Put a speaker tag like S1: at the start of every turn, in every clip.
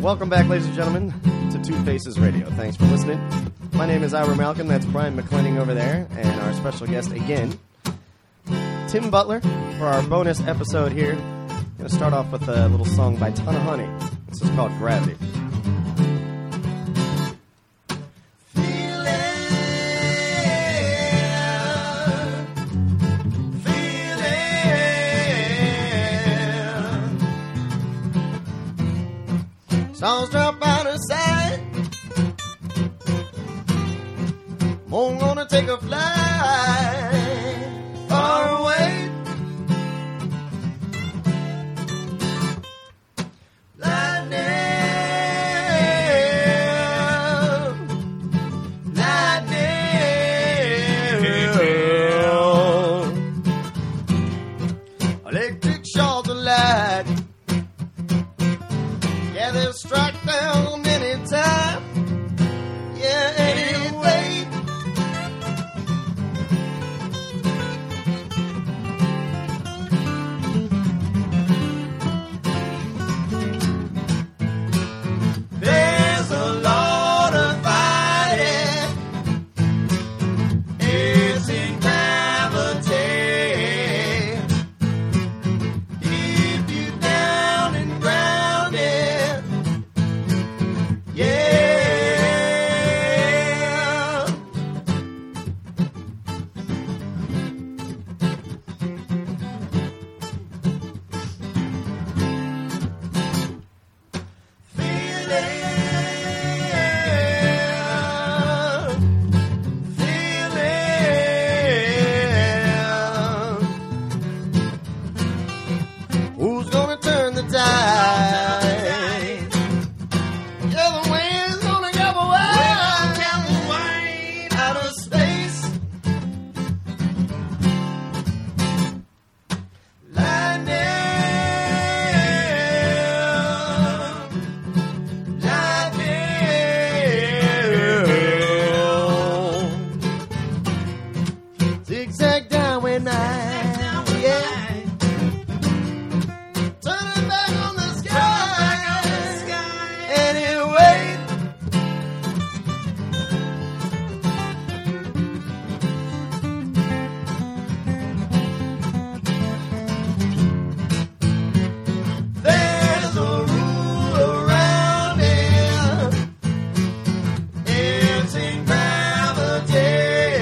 S1: Welcome back, ladies and gentlemen, to Two Faces Radio. Thanks for listening. My name is Ira Malcolm. That's Brian McClenning over there, and our special guest again, Tim Butler, for our bonus episode here. Going to start off with a little song by Tana Honey. This is called Gravity. Songs drop out of sight. Moon gonna take a flight far away. Lightning, lightning, electric shawls of light. Yeah, they'll strike down anytime. Yeah, anyway. There's a lot of fighting. It's in gravity. If you down and grounded, yeah. Feeling, feeling. Who's gonna turn the tide? Yeah, the wind's gonna go away out of space. Lightning, lightning, zigzag downway night. Yeah. Turn it back on the sky. Anyway. There's a rule around here. It's in gravity.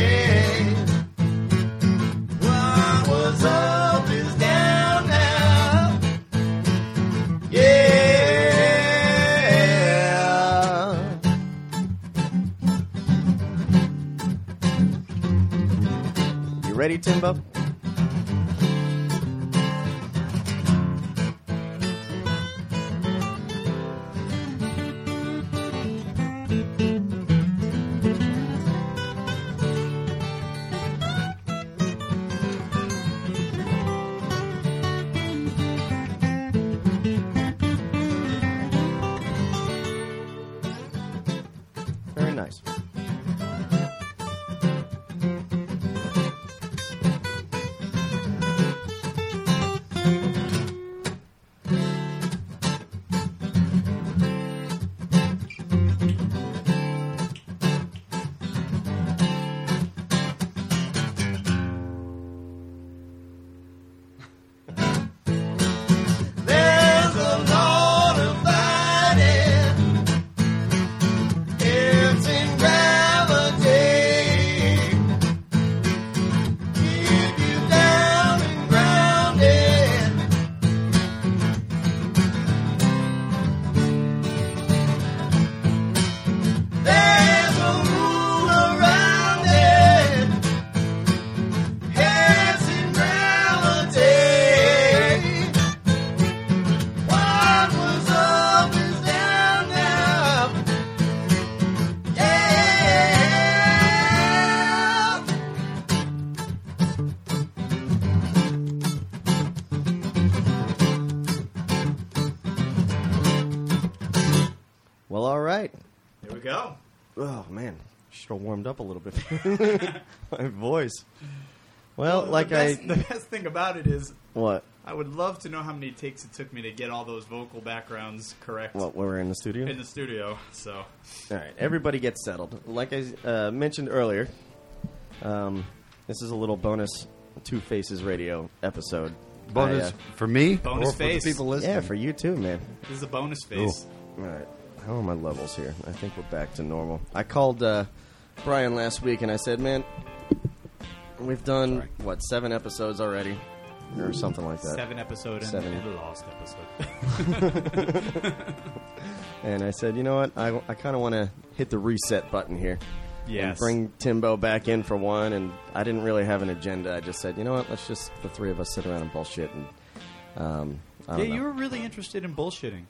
S1: What was up is down now. Yeah. You ready, Timbo? Very nice. There's a lot of fighting. It's in gravity. Keep you down and grounded. There's a rule around it. It's in gravity. What was up is down now. Yeah. Well, all right.
S2: There we go.
S1: Oh man, should have warmed up a little bit. My voice. Well, like
S2: the best,
S1: I
S2: the best thing about it is
S1: what?
S2: I would love to know how many takes it took me to get all those vocal backgrounds correct
S1: Well, we're in the studio.
S2: in the studio. So
S1: All right, everybody gets settled. Like I uh, mentioned earlier, um, this is a little bonus Two Faces Radio episode.
S3: Bonus
S1: I, uh,
S3: for me.
S2: Bonus
S3: or for
S2: face.
S3: the people listening.
S1: yeah, for you too, man.
S2: this is a bonus phase.
S1: All right, how are my levels here? I think we're back to normal. I called uh, Brian last week and I said, man, we've done
S3: Sorry.
S1: what seven episodes already, or something like that.
S2: Seven episode and
S1: Seven.
S2: the lost episode.
S1: And I said, you know what? I, I kind of want to hit the reset button here.
S2: Yes.
S1: And bring Timbo back in for one. And I didn't really have an agenda. I just said, you know what? Let's just, the three of us sit around and bullshit. And, um, I
S2: yeah,
S1: don't know.
S2: you were really interested in bullshitting.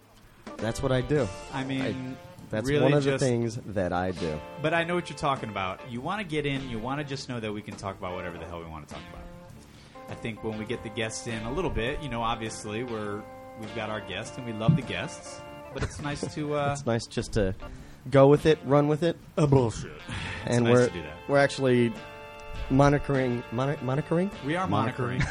S1: That's what I do.
S2: I mean,
S1: I- That's
S2: really
S1: one of
S2: just, Uh.
S1: the things that I do.
S2: But I know what you're talking about. You want to get in. You want to just know that we can talk about whatever the hell we want to talk about. I think when we get the guests in a little bit, you know, obviously we're we've got our guests and we love the guests, but it's nice to uh,
S1: It's nice just to go with it, run with it.
S2: bullshit.
S1: and
S2: nice
S1: we're,
S2: to do that.
S1: we're actually monitoring, moni- monitoring?
S2: We are monitoring.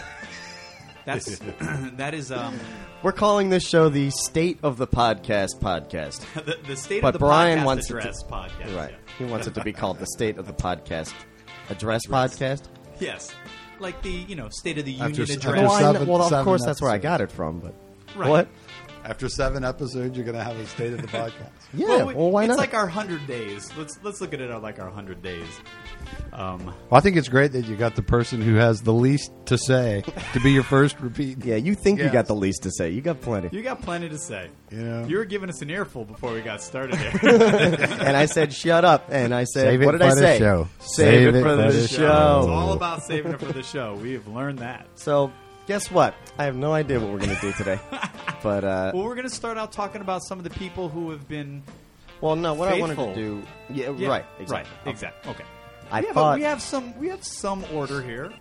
S2: That's that is um,
S1: We're calling this show the State of the Podcast podcast.
S2: the, the state
S1: But
S2: of the
S1: Brian
S2: podcast
S1: wants it to-
S2: address podcast.
S1: Right.
S2: yeah.
S1: He wants it to be called the State of the Podcast Address Podcast.
S2: Yes, like the you know state of the union
S3: After-
S2: address.
S3: after
S1: Well, I
S3: seven-
S1: kn- well, of
S3: seven
S1: course, that's where I
S3: episodes.
S1: got it from. But
S2: Right.
S1: what?
S3: After seven episodes, you're going to have a state of the podcast.
S1: Yeah.
S2: Well,
S1: Well,
S2: we-
S1: why
S2: it's
S1: not?
S2: like our hundred days. Let's let's look at it like our hundred days. Um,
S3: Well, I think it's great that you got the person who has the least to say to be your first repeat.
S1: yeah, you think you
S3: Yes.
S1: got the least to say? You got plenty.
S2: you got plenty to say.
S3: You know.
S2: you were giving us an earful before we got started. There.
S1: and I said, "Shut up!" And I said,
S3: Save it
S1: "What did
S3: for
S1: I
S3: the
S1: say?"
S3: show.
S1: Save, it, for the, show.
S2: it's all about saving it for the show. We have learned that.
S1: So, guess what? I have no idea what we're going to do today. but uh,
S2: Well, we're going to start out talking about some of the people who have been.
S1: well, no. What I
S2: faithful.
S1: wanted to do, yeah,
S2: Yeah,
S1: right, exactly.
S2: Right. Exactly. Okay.
S1: I
S2: we have, a-
S1: thought,
S2: we have some. We have some order here.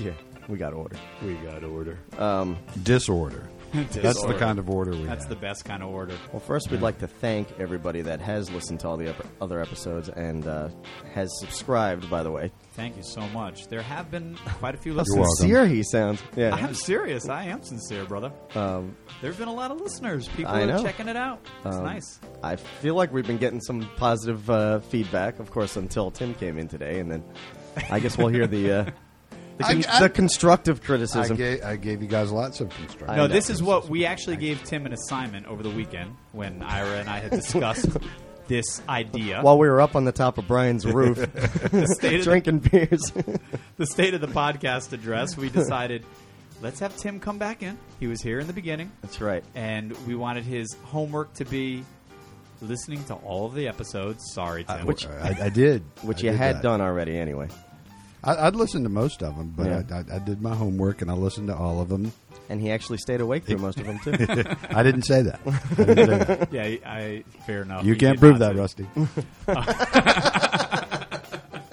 S1: yeah, we got order.
S3: We got order. Um, Disorder. That's the
S2: Disorder.
S3: kind of order we
S2: That's
S3: have.
S2: the best kind of order.
S1: Well, first, we'd like to thank everybody that has listened to all the ep- other episodes and uh, has subscribed. By the way,
S2: Thank you so much. There have been quite a few
S1: how
S2: listeners.
S3: welcome.
S1: sincere he sounds. Yeah,
S2: I'm serious. I am sincere, brother.
S1: um,
S2: There's been a lot of listeners. People
S1: I
S2: are
S1: know.
S2: checking it out. It's
S1: Um,
S2: nice.
S1: I feel like we've been getting some positive uh, feedback, of course, until Tim came in today, and then I guess we'll hear the uh, the,
S3: I-
S1: con-
S3: I-
S1: the constructive
S3: I
S1: criticism.
S3: gave, I gave you guys lots of construction.
S1: I
S2: No,
S1: know.
S2: this is what we actually gave Tim an assignment over the weekend when Ira and I had discussed this idea.
S1: While we were up on the top of Brian's roof,
S2: state of the-
S1: drinking beers,
S2: the state of the podcast address, we decided let's have Tim come back in. He was here in the beginning,
S1: that's right.
S2: and we wanted his homework to be listening to all of the episodes. Sorry, Tim.
S1: which-
S3: I, I did.
S1: Which
S3: I
S1: you
S3: did
S1: had
S3: that.
S1: done already, anyway.
S3: I, I'd listened to most of them, but
S1: Yeah.
S3: I, I, I did my homework and I listened to all of them.
S1: And he actually stayed awake through most of them too.
S3: I didn't say that. I didn't say that.
S2: yeah, I, I- fair enough.
S3: You
S2: He
S3: can't
S2: did
S3: prove
S2: not
S3: that,
S2: say-
S3: Rusty.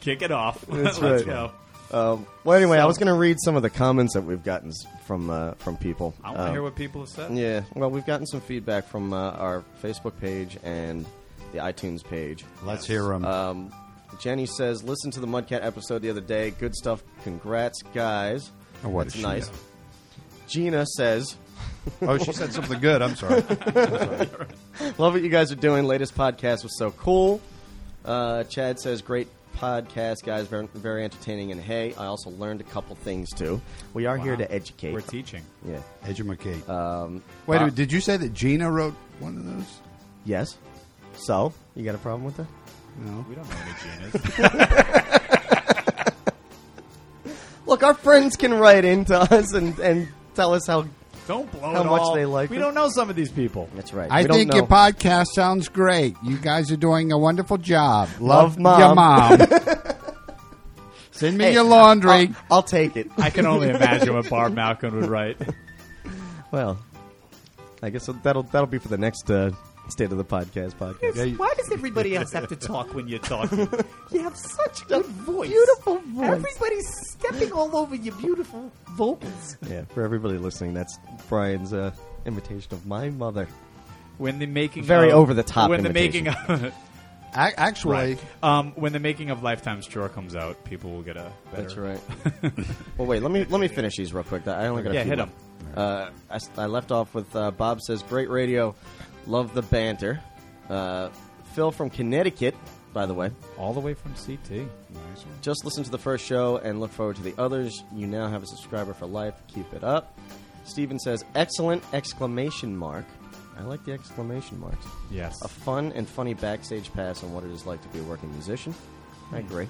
S2: Kick it off.
S1: That's
S2: let's go.
S1: right. um, well, anyway, I
S2: So-
S1: was going to read some of the comments that we've gotten s- from uh, from people.
S2: I want to
S1: Um,
S2: hear what people have said.
S1: Yeah, well, we've gotten some feedback from uh, our Facebook page and the iTunes page.
S3: Let's hear them.
S1: Um, Jenny says, "Listen to the Mudcat episode the other day. Good stuff. Congrats, guys.
S3: Oh, what
S1: That's
S3: a
S1: nice."
S3: shout.
S1: Gina says,
S3: oh, she said something good. I'm sorry.
S1: "Love what you guys are doing. Latest podcast was so cool." Uh, Chad says, "Great podcast, guys. Very, very entertaining." And hey, I also learned a couple things too. We are here
S2: Wow.
S1: to educate.
S2: We're teaching.
S1: yeah.
S3: Educate.
S1: Um,
S3: Wait, a
S1: uh,
S3: minute, did you say that Gina wrote one of those?
S1: yes. So, you got a problem with that?
S3: No.
S2: We don't know any Ginas.
S1: Look, our friends can write into us and, and tell us how.
S2: don't blow
S1: How
S2: it
S1: much
S2: all.
S1: they like
S2: We
S1: it.
S2: don't know some of these people.
S1: That's right.
S3: I
S1: We don't
S3: think your
S1: know.
S3: podcast sounds great. You guys are doing a wonderful job.
S1: Love
S3: Love,
S1: Mom.
S3: your mom. Send me
S1: Hey, Oh.
S3: your laundry.
S1: I'll, I'll take it.
S2: I can only imagine what Barb Malcolm would write.
S1: Well, I guess that'll that'll be for the next uh, state of the podcast podcast.
S3: Yeah, you-
S2: Why does everybody else have to talk when you're talking? You have such good voice.
S1: beautiful voice.
S2: Everybody's stepping all over your beautiful vocals.
S1: Yeah, for everybody listening, that's Brian's uh, imitation of my mother.
S2: When the making
S1: Very
S2: of-
S1: over the top
S2: When the
S1: imitation.
S2: making of,
S3: ac actually,
S2: Right. Um, when the making of Lifetime's Drawer comes out, people will get a better.
S1: That's right. well, wait. Let me let me finish these real quick. I only got a
S2: Yeah,
S1: few
S2: hit
S1: left.
S2: 'em.
S1: Uh, I, s- I left off with uh, Bob says, "Great radio, love the banter." Uh, Phil from Connecticut, by the way,
S2: All the way from CT.
S1: just listened to the first show and look forward to the others. You now have a subscriber for life. Keep it up. Steven says, "Excellent!" Exclamation mark. I like the exclamation marks.
S2: Yes.
S1: A fun and funny backstage pass on what it is like to be a working musician. I agree.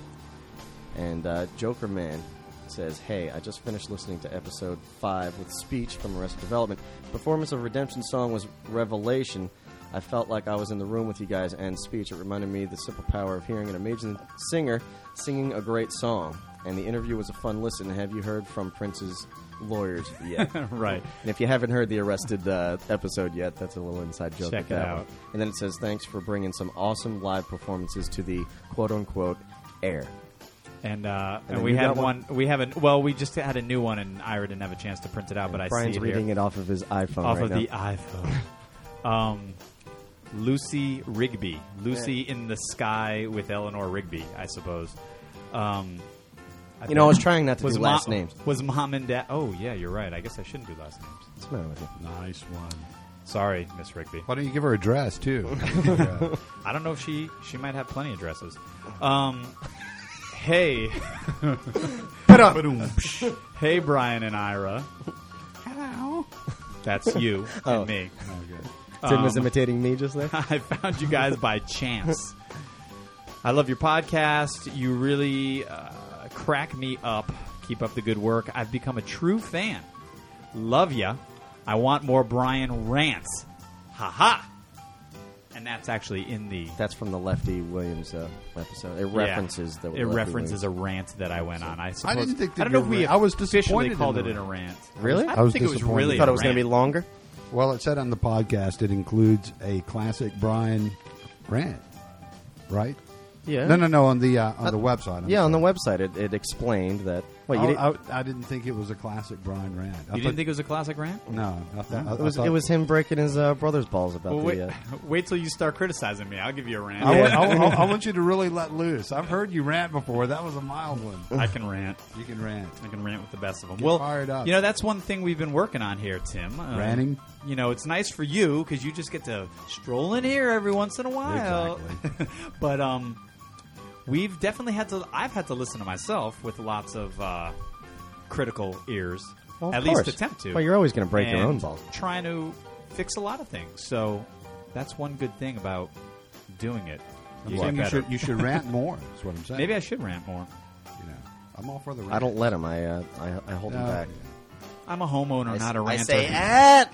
S1: And uh, Joker Man says, Hey, I just finished listening to episode 5 with speech from Arrested Development. Performance of Redemption song was revelation. I felt like I was in the room with you guys and speech. It reminded me of the simple power of hearing an amazing singer singing a great song. And the interview was a fun listen. Have you heard from Prince's lawyers yet?
S2: right.
S1: And if you haven't heard the Arrested uh, episode yet, that's a little inside joke.
S2: Check
S1: at that
S2: it out.
S1: one. And then it says, thanks for bringing some awesome live performances to the quote unquote air.
S2: And, uh, and,
S1: then
S2: we
S1: you
S2: had
S1: got
S2: one. We have a well. We just had a new one, and Ira didn't have a chance to print it out. but I
S1: Brian's
S2: see it
S1: reading
S2: here.
S1: it off of his iPhone
S2: off
S1: right
S2: of
S1: now.
S2: the iPhone. um, Lucy Rigby, Lucy in the Sky with Eleanor Rigby, I suppose. Um, I
S1: you know, I
S2: think-
S1: was trying not to
S2: was
S1: do
S2: mo-
S1: last names.
S2: Was mom and dad? Oh yeah, you're right. I guess I shouldn't do last names.
S1: What's the matter with you?
S2: Nice one. Sorry, Miss Rigby.
S3: why don't you give her a dress too?
S2: I don't know if she she might have plenty of dresses. Um, hey, hey, Brian and Ira. Hello. That's you
S1: Oh.
S2: and me.
S1: Tim
S2: Um,
S1: was imitating me just there.
S2: I found you guys by chance. I love your podcast. You really uh, crack me up. Keep up the good work. I've become a true fan. Love ya. I want more Brian rants. Ha ha. And that's actually in the
S1: That's from the Lefty Williams uh, episode. It references
S2: yeah,
S1: the.
S2: it references a rant that I went on. I suppose
S3: didn't think that
S2: I don't know
S3: your
S2: if we
S3: rant- I was
S2: officially
S3: disappointed in
S2: called
S3: the
S2: it in a
S3: rant.
S2: rant.
S1: Really?
S2: I,
S1: I
S2: don't
S3: was
S2: think it was
S3: disappointed.
S2: really.
S3: You
S1: Thought
S2: a
S1: it was going to
S2: rant.
S1: be longer.
S3: well, it said on the podcast it includes a classic Brian rant, right?
S1: Yeah.
S3: No, no, no. On the uh, on the website. I'm
S1: Yeah, on the
S3: sorry.
S1: website it, it explained that.
S2: Oh,
S1: Wait, you didn't,
S3: I, I, I didn't think it was a classic Brian rant. I
S2: You didn't think it was a classic rant?
S3: No, I thought, I,
S1: it was
S3: I thought,
S1: it was him breaking his uh, brother's balls about
S2: Well, wait,
S1: the. Uh,
S2: wait till you start criticizing me. I'll give you a rant.
S3: I, want- I want- I want you to really let loose. I've heard you rant before. That was a mild one.
S2: I can rant.
S3: You can rant.
S2: I can rant with the best of them.
S3: Get
S2: well,
S3: fired up.
S2: you know that's one thing we've been working on here, Tim. Uh,
S3: Ranting?
S2: You know, it's nice for you because you just get to stroll in here every once in a while.
S3: Exactly.
S2: but um, we've definitely had to. I've had to listen to myself with lots of uh, critical ears.
S1: Well, of
S2: at
S1: course.
S2: least attempt to.
S1: Well, you're always gonna break your
S2: and
S1: own balls.
S2: Trying to fix a lot of things. So that's one good thing about doing it. You get
S3: I'm saying you
S2: better.
S3: should, you should rant more. Is what I'm saying.
S2: Maybe I should rant more.
S3: You know, I'm all for the rant.
S1: I don't let him. I uh, I, I hold him
S3: No.
S1: back.
S2: I'm a homeowner,
S1: I
S2: not a
S1: s- I
S2: ranter.
S1: say at.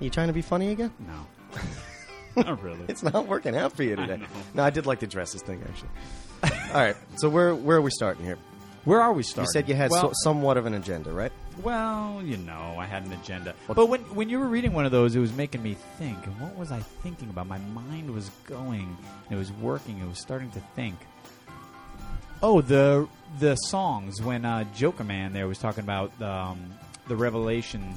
S1: You trying to be funny again?
S2: No. Not really.
S1: It's not working out for you today.
S2: know.
S1: no, I did like the dresses thing actually. All right, so where where are we starting here?
S2: Where are we starting?
S1: You said you had
S2: well,
S1: so, somewhat of an agenda, right?
S2: well, you know, I had an agenda. But when when you were reading one of those, it was making me think. And what was I thinking about? My mind was going. It was working. It was starting to think. Oh, the the songs when uh, Joker Man there was talking about um, the revelation.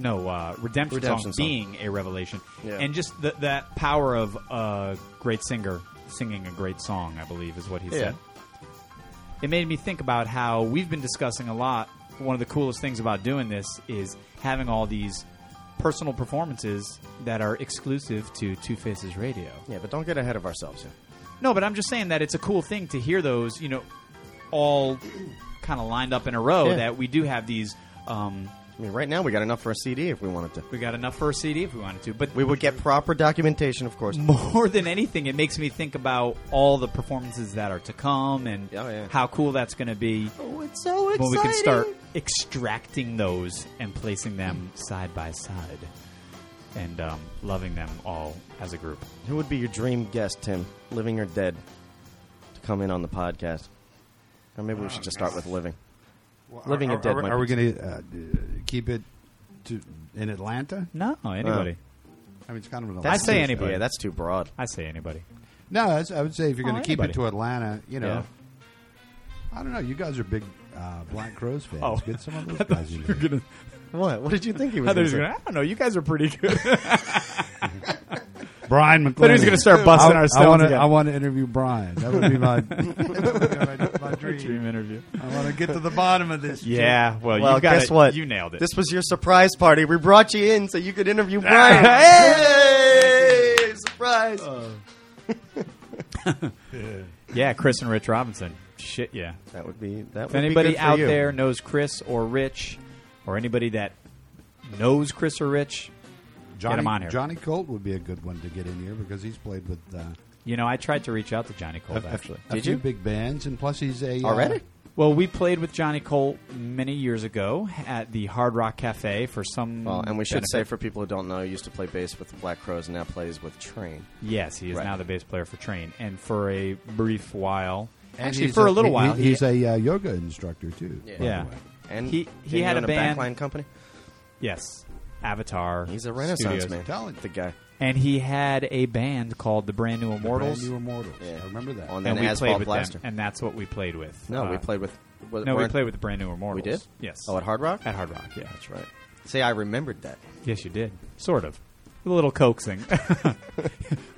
S2: No, uh, redemption, song,
S1: Redemption song.
S2: being a revelation,
S1: Yeah.
S2: and just the, that power of a great singer singing a great song. I believe is what he
S1: Yeah.
S2: said. it made me think about how we've been discussing a lot. One of the coolest things about doing this is having all these personal performances that are exclusive to Two Faces Radio.
S1: Yeah, but don't get ahead of ourselves here.
S2: No, but I'm just saying that it's a cool thing to hear those, you know, all kind of lined up in a row
S1: Yeah.
S2: that we do have these. Um,
S1: I mean, right now we got enough for a CD if we wanted to.
S2: we got enough for a CD if we wanted to, but
S1: We would get proper documentation, of course.
S2: more than anything, it makes me think about all the performances that are to come and
S1: Oh, yeah.
S2: how cool that's going to be.
S1: Oh, it's so exciting!
S2: when we can start extracting those and placing them side by side and um, loving them all as a group.
S1: Who would be your dream guest, Tim, living or dead, to come in on the podcast? Or maybe we should just
S2: Oh,
S1: start with living. Living
S3: are,
S1: or dead
S3: Are,
S1: might
S3: are
S1: be-
S3: we going to uh, keep it to in Atlanta?
S2: No, anybody.
S3: I mean, it's kind of an.
S2: I say
S3: Atlanta-
S2: anybody.
S1: Yeah, that's too broad.
S2: I say anybody.
S3: No, that's, I would say if you're
S2: Oh,
S3: going to keep it
S2: anybody.
S3: to Atlanta, you know.
S2: Yeah.
S3: I don't know. You guys are big uh, Black Crows fans.
S2: Oh.
S3: Get some of those guys in here.
S2: Gonna,
S1: What? What did you think he was
S2: I
S1: going
S2: don't know. You guys are pretty good.
S3: Brian McLean.
S2: But he's gonna start busting our
S3: I
S2: stuff
S3: wanna-
S2: again.
S3: I want to interview Brian. That would be my, that would be my, my dream.
S2: Dream interview.
S3: I want to get to the bottom of this.
S2: Yeah, well,
S1: Well,
S2: you got
S1: guess
S2: it.
S1: what?
S2: You nailed it.
S1: This was your surprise party. We brought you in so you could interview Brian. hey, surprise!
S2: Uh, yeah, Chris and Rich Robinson. Shit, yeah.
S1: that would be that.
S2: If
S1: would be
S2: anybody
S1: good for
S2: out
S1: you.
S2: there knows Chris or Rich, or anybody that knows Chris or Rich,
S3: Johnny,
S2: him on here.
S3: Johnny Colt would be a good one to get in here because he's played with uh,
S2: you know, I tried to reach out to Johnny Colt
S3: a-
S2: actually.
S3: a,
S1: Did
S3: few
S1: you?
S3: big bands, and plus he's a uh,
S1: already,
S2: Well, we played with Johnny Colt many years ago at the Hard Rock Cafe for some.
S1: well, Oh, and we should
S2: benefit.
S1: say for people who don't know, he used to play bass with the Black Crows and now plays with Train.
S2: Yes, he is
S1: Right.
S2: now the bass player for Train, and for a brief while,
S3: and
S2: actually
S3: he's
S2: for a, little while,
S3: he-
S2: he-
S3: he's a uh, yoga instructor too. by the
S2: yeah,
S3: way.
S1: And
S2: He- he
S1: didn't you
S2: had
S1: own
S2: a band-
S1: backline company.
S2: yes, Avatar.
S1: He's a Renaissance
S2: Studios.
S1: man.
S3: Talent.
S1: The guy.
S2: and he had a band called the Brand New Immortals,
S3: Brand new immortals. I remember that.
S1: On
S2: and
S1: an
S2: we
S1: Asphalt
S2: played with
S1: Blaster.
S2: them, and that's what we played with.
S1: No, we
S2: Uh,
S1: played with. was-
S2: No, we
S1: weren't-
S2: played with the Brand New Immortals.
S1: We did.
S2: Yes. Uh,
S1: Oh, at Hard Rock.
S2: At Hard Rock. Yeah.
S1: That's right. See, I remembered that.
S2: Yes, you did. Sort of. A little coaxing.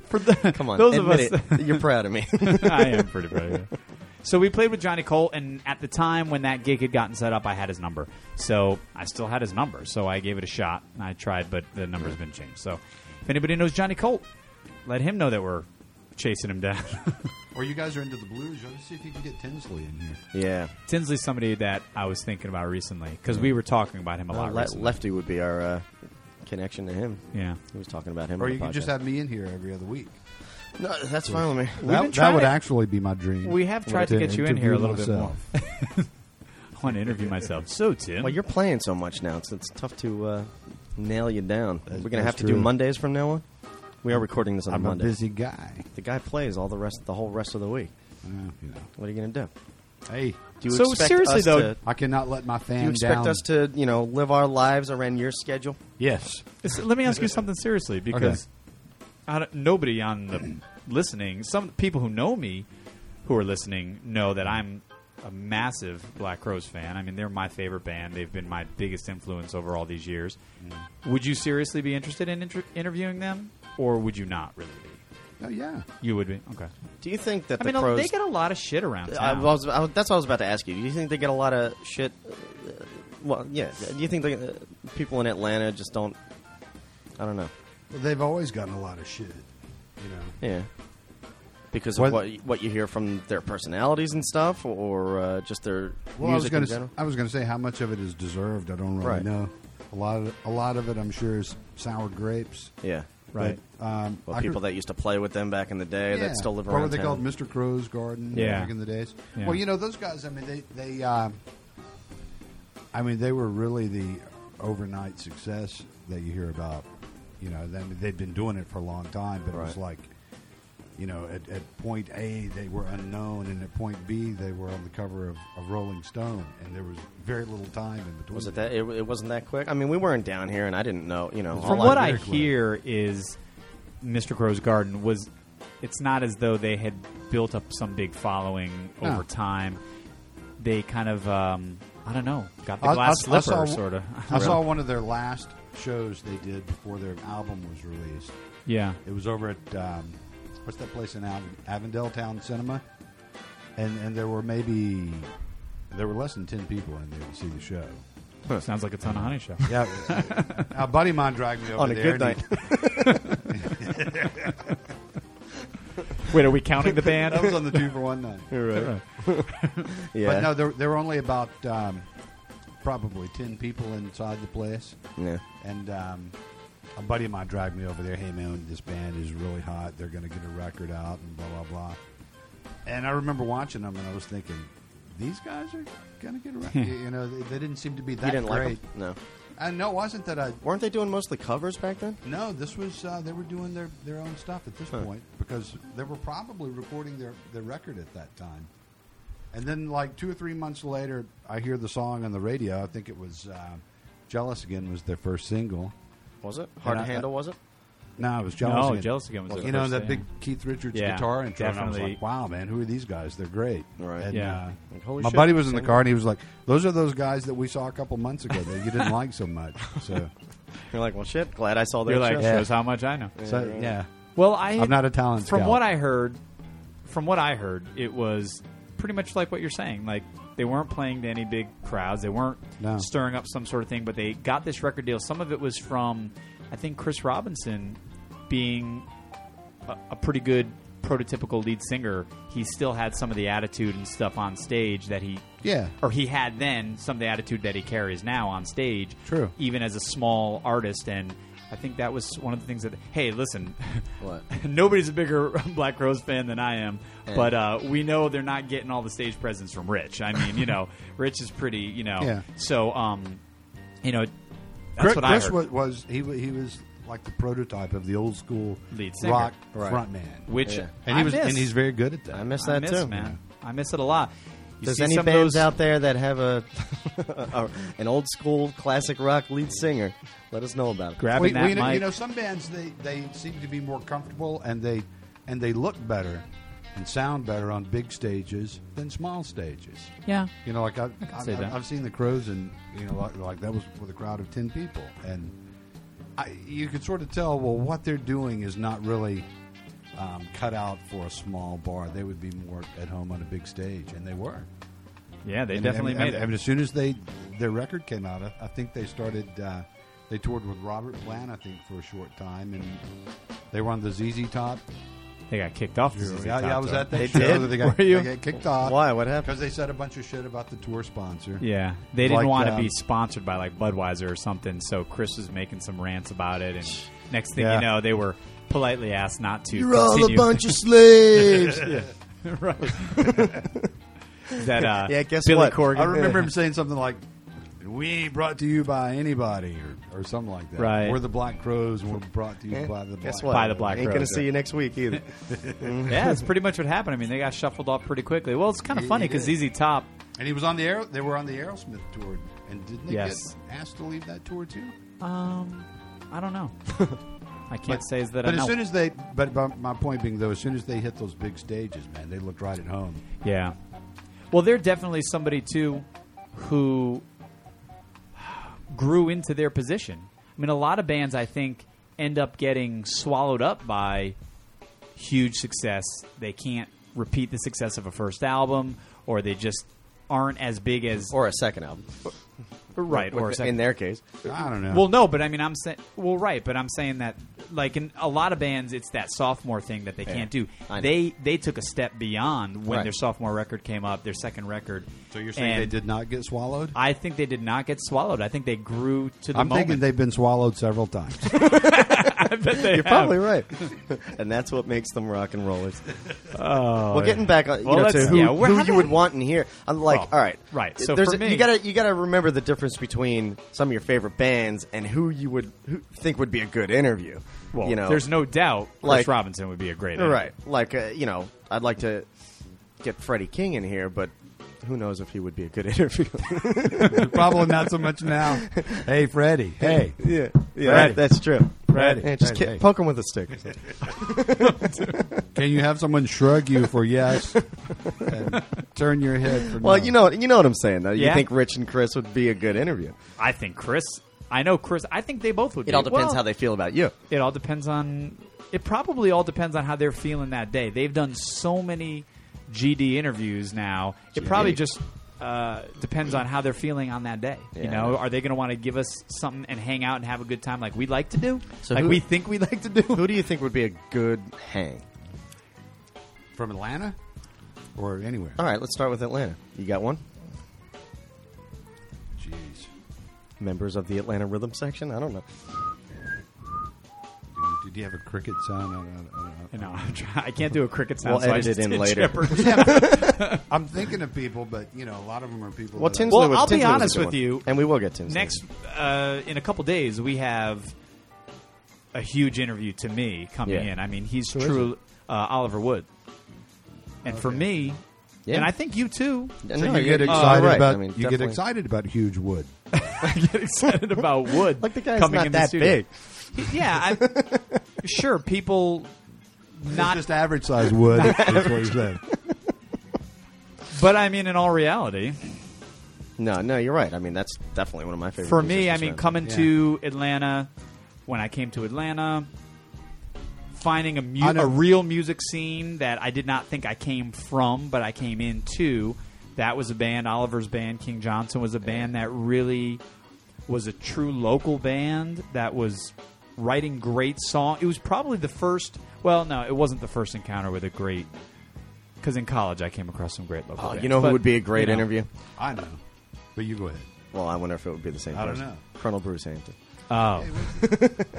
S2: for the,
S1: Come on,
S2: those
S1: admit
S2: of us.
S1: it. You're proud of me.
S2: I am pretty proud of you. So we played with Johnny Cole, and at the time when that gig had gotten set up, I had his number. So I still had his number, so I gave it a shot. And I tried, but the number's been changed. So if anybody knows Johnny Cole, let him know that we're chasing him down.
S3: Or you guys are into the blues. Let's see if you can get Tinsley in here.
S1: yeah.
S2: Tinsley's somebody that I was thinking about recently because we were talking about him a lot
S1: Le-
S2: recently.
S1: Lefty would be our uh, connection to him.
S2: Yeah.
S1: He was talking about him.
S3: Or
S1: on
S3: you
S1: the
S3: can just
S1: podcast.
S3: have me in here every other week.
S1: No, that's fine with me.
S3: That,
S2: been
S3: that
S2: trying
S3: would
S2: to-
S3: actually be my dream.
S2: We have tried to get you in here a little bit
S3: bit more.
S2: I want to interview myself. So, Tim.
S1: Well, you're playing so much now, so it's tough to uh, nail you down.
S3: That's-
S1: We're gonna
S3: that's
S1: have to do
S3: true.
S1: Mondays from now on. We are recording this on
S3: I'm a
S1: Monday.
S3: busy guy.
S1: The guy plays all the rest, the whole rest of the week.
S3: Uh, you know.
S1: What are you gonna do?
S3: Hey,
S1: Do you
S2: So
S1: expect
S2: seriously,
S1: us
S2: though-
S1: to,
S3: I cannot let my fan
S1: do you expect
S3: down.
S1: us to, you know, live our lives around your schedule?
S3: Yes.
S2: It's- Let me ask you something seriously, because I don't, nobody on the listening, some people who know me, who are listening, know that I'm a massive Black Crowes fan. I mean, they're my favorite band. They've been my biggest influence over all these years. Would you seriously be interested in inter- interviewing them, or would you not really? be?
S3: Oh yeah.
S2: You would be okay. Uh,
S1: Do you think that
S2: I
S1: the
S2: mean,
S1: pros?
S2: they get a lot of shit around
S1: I
S2: town.
S1: was, I was- that's what I was about to ask you. Do you think they get a lot of shit? Uh, well, yeah. Do you think they, uh, people in Atlanta just don't? I don't know.
S3: Well, they've always gotten a lot of shit. You know.
S1: Yeah. Because
S3: Well-
S1: of what what you hear from their personalities and stuff, or uh, just their
S3: Well, I was
S1: music
S3: going
S1: in
S3: to.
S1: general.
S3: I was going to say how much of it is deserved. I don't really
S1: Right.
S3: know. A lot of a lot of it, I'm sure, is sour grapes.
S1: yeah.
S2: Right.
S3: But, um,
S1: Well,
S3: I
S1: people
S3: could-
S1: that used to play with them back in the day
S3: yeah.
S1: that still live
S3: What
S1: around
S3: were they
S1: town.
S3: called? Mr. Crow's Garden.
S2: Yeah.
S3: Back in the days.
S2: Yeah.
S3: Well, you know those guys. I mean, they they. Uh, I mean, they were really the overnight success that you hear about. You know, they, they'd been doing it for a long time, but it was
S1: Right.
S3: like, you know, at, at point A they were unknown, and at point B they were on the cover of, of Rolling Stone, and there was very little time in between.
S1: Was it that? It, it wasn't that quick. I mean, we weren't down here, and I didn't know. You know,
S2: From
S1: all
S2: what I
S3: lyrically.
S2: hear is Mr. Crow's Garden was it's not as though they had built up some big following
S3: No.
S2: over time. They kind of um, I don't know, got the
S3: I- I-
S2: glass
S3: I
S2: slipper
S3: saw-
S2: sort of.
S3: I saw one of their last shows they did before their album was released.
S2: yeah.
S3: It was over at um, what's that place in Av- Avondale Town Cinema, and and there were maybe there were less than ten people in there to see the show.
S2: Sounds like a ton of honey show.
S3: Yeah, a buddy of mine dragged me over
S1: on a
S3: there
S1: good
S3: and
S1: night.
S3: he-
S2: Wait, are we counting the band?
S3: that was on the two for one night.
S1: yeah.
S3: But no, there, there were only about um, probably ten people inside the place,
S1: yeah.
S3: and um, a buddy of mine dragged me over there. Hey man, this band is really hot. They're going to get a record out and blah blah blah. And I remember watching them, and I was thinking, these guys are going to get a record. you know, they, they didn't seem to be that
S1: You didn't
S3: great.
S1: like them? No.
S3: I know it wasn't that I.
S1: Weren't they doing mostly covers back then?
S3: No, this was uh, they were doing their, their own stuff at this
S1: Huh.
S3: point because they were probably recording their, their record at that time. And then, like two or three months later, I hear the song on the radio. I think it was uh, "Jealous Again" was their first single.
S1: Was it hard
S3: And
S1: to
S3: I-
S1: handle? Was it?
S3: No, it was jealous.
S2: no,
S3: again.
S2: Jealous Again was
S1: Well,
S2: the
S3: You know
S2: first
S3: that
S2: thing.
S3: big Keith Richards
S2: Yeah,
S3: guitar intro. and I was
S2: definitely.
S3: like, wow, man, who are these guys? They're great.
S1: Right.
S3: And,
S2: Yeah.
S3: uh,
S1: Like, holy
S3: my
S1: shit,
S3: buddy was in the
S1: same
S3: car and he was like, "Those are those guys that we saw a couple months ago that you didn't like so much." So,
S1: You're like, well, shit. Glad I saw that.
S2: You're like
S1: show.
S2: shows how much I know.
S3: so
S1: Yeah.
S3: yeah.
S2: Well, I
S3: I'm not a talent
S2: From
S3: scout.
S2: what I heard, from what I heard, it was pretty much like what you're saying. Like they weren't playing to any big crowds. They weren't
S3: No.
S2: stirring up some sort of thing. But they got this record deal. Some of it was from, I think, Chris Robinson being a, a pretty good prototypical lead singer. He still had some of the attitude and stuff on stage that he
S3: Yeah.
S2: or he had then some of the attitude that he carries now on stage.
S3: True.
S2: Even as a small artist and I think that was one of the things that hey, listen,
S1: What?
S2: nobody's a bigger Black Rose fan than I am, but uh, we know they're not getting all the stage presence from Rich. I mean, you know, Rich is pretty, you know.
S3: Yeah.
S2: So um you know that's
S3: Chris,
S2: what I
S3: Chris
S2: heard.
S3: was, was he wa- he was like the prototype of the old school
S2: Lead singer.
S3: rock
S1: Right.
S3: frontman.
S2: which
S1: Yeah.
S3: and
S2: I
S3: he was
S2: miss.
S3: and he's very good at that.
S1: I miss
S2: I
S1: that
S2: miss,
S1: too,
S2: man. I miss it a lot. You
S1: Does
S2: see
S1: any
S2: some of
S1: bands
S2: those-
S1: out there that have a, a an old school classic rock lead singer? Let us know about it.
S2: grabbing
S3: Well,
S2: that
S3: well, you, know, you
S2: mic.
S3: know, some bands they, they seem to be more comfortable and they and they look better and sound better on big stages than small stages.
S2: yeah.
S3: You know, like I've, I've,
S2: see that.
S3: I've seen the Crows and you know, like, like that was with a crowd of ten people, and I, you could sort of tell. Well, what they're doing is not really um, cut out for a small bar. They would be more at home on a big stage, and they were.
S2: Yeah, they
S3: And-
S2: definitely
S3: and,
S2: made
S3: and-
S2: it.
S3: and as soon as they their record came out, I, I think they started. Uh, they toured with Robert Plant, I think, for a short time, and they were on the ZZ Top.
S2: They got kicked off. the ZZ
S3: yeah,
S2: Top
S3: yeah, I was
S2: tour.
S3: at that
S2: They
S3: show.
S2: did.
S3: that They got,
S2: Were you?
S3: They got kicked off.
S1: Why? What happened?
S3: Because they said a bunch of shit about the tour sponsor.
S2: Yeah, they didn't
S3: Like,
S2: want to
S3: um,
S2: be sponsored by like Budweiser or something. So Chris was making some rants about it, and next thing
S3: Yeah.
S2: you know, they were politely asked not to.
S1: You're all a
S2: continue.
S1: bunch of slaves.
S2: right. Is that uh,
S1: Yeah, guess
S2: Billy
S1: what?
S2: Corgan.
S3: I remember him saying something like, "We ain't brought to you by anybody," or, or something like that.
S2: Right.
S3: We're the Black Crows, and we're brought to you by the
S1: Eh, Guess
S3: Black
S1: what?
S2: By the Black
S1: Ain't
S2: Rose,
S1: gonna
S2: yeah.
S1: see you next week either.
S2: yeah, that's pretty much what happened. I mean, they got shuffled off pretty quickly. Well, it's kind of
S3: He-
S2: funny
S3: he
S2: because
S3: did.
S2: ZZ Top.
S3: And he was on the Aer- they were on the Aerosmith tour, and didn't they
S2: Yes.
S3: get asked to leave that tour too?
S2: Um, I don't know. I can't say is that I
S3: But as
S2: know.
S3: soon as they, but, but my point being though, as soon as they hit those big stages, man, they looked right at home.
S2: Yeah. Well, they're definitely somebody too who grew into their position. I mean, a lot of bands I think end up getting swallowed up by huge success. They can't repeat the success of a first album, or they just aren't as big as
S1: or a second album.
S2: right or a
S1: With-
S2: second
S1: in their case,
S3: I don't know.
S2: well, no, but I mean, I'm saying, well, right, but I'm saying that, like in a lot of bands, it's that sophomore thing that they can't do.
S1: I know.
S2: They they took a step beyond when
S1: Right.
S2: their sophomore record came up, their second record.
S3: so you're saying
S2: And
S3: they did not get swallowed?
S2: I think they did not get swallowed. I think they grew to the
S3: I'm
S2: moment.
S3: thinking they've been swallowed several times.
S2: I bet they
S1: you're probably right, and that's what makes them rock and rollers. well, getting back on you
S2: Oh, Well,
S1: know, to
S2: let's-
S1: who,
S2: yeah, we're
S1: who
S2: having-
S1: you would want in here, I'm like,
S2: Well,
S1: all right,
S2: right, so
S1: There's
S2: for
S1: a-
S2: me-
S1: you gotta you gotta remember the difference between some of your favorite bands and who you would who, think would be a good interview.
S2: Well,
S1: you know,
S2: there's no doubt Chris
S1: like-
S2: Robinson would be a great interview.
S1: right. Like uh, you know, I'd like to get Freddie King in here, but who knows if he would be a good interview?
S3: Probably not so much now. Hey, Freddie. Hey.
S1: yeah, yeah,
S3: Freddie.
S1: that's true.
S3: Freddie.
S1: Yeah, just
S3: Freddie,
S1: ki-
S3: hey.
S1: poke him with a stick.
S3: Can you have someone shrug you for yes and turn your head for
S1: Well,
S3: no?
S1: you know, you know what I'm saying. Though. You
S2: Yeah.
S1: think Rich and Chris would be a good interview?
S2: I think Chris. I know Chris. I think they both would.
S1: It
S2: be.
S1: all depends
S2: Well,
S1: how they feel about you.
S2: It all depends on. It probably all depends on how they're feeling that day. They've done so many GD interviews now. It probably just uh, depends on how they're feeling on that day. You
S1: Yeah.
S2: know, are they going to want to give us something and hang out and have a good time like we like to do,
S1: So
S2: like
S1: who-
S2: we think we like to do?
S1: Who do you think would be a good hang?
S3: From Atlanta or anywhere?
S1: All right, let's start with Atlanta. You got one?
S3: Jeez.
S1: Members of the Atlanta Rhythm Section? I don't know.
S3: Dude, did you have a cricket sound? I don't- I don't know.
S2: No, I'm try- I can't do a cricket sound.
S1: We'll
S2: so I
S1: edit
S2: just
S1: it in
S2: did
S1: later.
S2: Jeopardy.
S3: I'm thinking of people, but, you know, a lot of them are people.
S1: Well,
S3: that I-
S1: Tinsley.
S2: Well,
S1: was-
S2: I'll be
S1: Tinsley was a
S2: honest
S1: good
S2: with
S1: one.
S2: you.
S1: and we will get Tinsley
S2: Next, uh, in a couple days, we have a huge interview to me coming
S1: Yeah.
S2: in. I mean, he's
S1: is
S2: true uh, Oliver Wood, and for me,
S1: Yeah.
S2: and I think you too.
S1: Yeah,
S3: So
S1: no,
S3: you
S1: you're-
S3: get
S1: you're
S3: excited
S1: right.
S3: about
S1: I mean,
S3: you get
S1: definitely.
S3: excited about huge wood.
S2: I get excited about Wood.
S1: Like the guy's
S2: coming
S1: not
S2: in
S1: that
S2: the studio. Yeah, I, sure. People
S3: Not
S2: not,
S3: just average size wood. is what he said.
S2: but I mean, in all reality,
S1: No, no, you're right. I mean, that's definitely one of my favorite.
S2: for me, I
S1: musicians,
S2: mean,
S1: man.
S2: coming
S3: Yeah.
S2: to Atlanta, when I came to Atlanta, finding a, mu-
S3: I know.
S2: a real music scene that I did not think I came from, but I came into. That was a band. Oliver's band, King Johnson, was a band that really was a true local band that was writing great song. It was probably the first. Well, no, it wasn't the first encounter with a great. Because in college, I came across some great local.
S1: Oh,
S2: bands.
S1: you know who
S2: But,
S1: would be a great
S2: you know,
S1: interview?
S3: I know, but you go ahead.
S1: Well, I wonder if it would be the same.
S3: I don't
S1: person.
S3: know.
S1: Colonel Bruce Hampton.
S2: Oh,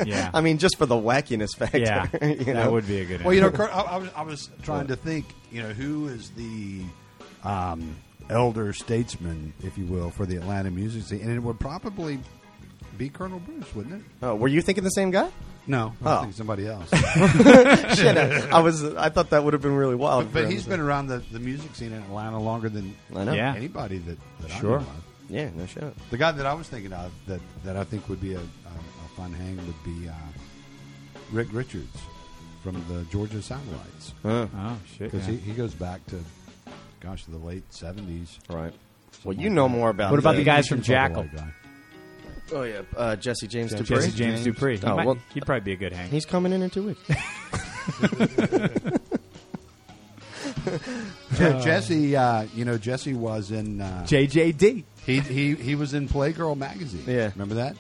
S2: yeah.
S1: I mean, just for the wackiness factor.
S2: yeah,
S1: you
S2: that
S1: know?
S2: would be a good.
S3: Well, you know, Kurt, I, I was I was trying to think. You know, who is the um, elder statesman, if you will, for the Atlanta music scene? And it would probably be Colonel Bruce, wouldn't it?
S1: Oh, were you thinking the same guy?
S3: No, I was
S1: Oh.
S3: thinking somebody else.
S1: Shit, I, I was. I thought that would have been really wild. for
S3: but
S1: him
S3: he's
S1: to-
S3: been around the, the music scene in Atlanta longer than
S1: I know.
S2: Yeah.
S3: anybody that, that
S2: Sure.
S3: I know of.
S1: Yeah. No shit.
S3: The guy that I was thinking of that, that I think would be a, a, a fun hang would be uh, Rick Richards from the Georgia Satellites.
S1: Huh.
S2: Oh shit!
S3: Because
S2: yeah.
S3: he, he goes back to, gosh, to the late 70s.
S1: Right. Well, you know more about.
S2: What about the
S1: the
S2: guy- guys from
S3: He's a
S2: Jackal.
S3: white guy.
S1: Oh yeah, uh, Jesse James
S3: Jesse
S1: Dupree.
S2: Jesse James Dupree. He
S1: Oh,
S2: might,
S1: well-
S2: he'd probably be a good hang.
S1: He's coming in in two weeks.
S3: Je- Jesse, uh, you know, Jesse was in. Uh,
S2: JJD.
S3: he, he he was in Playgirl magazine.
S1: Yeah.
S3: remember that?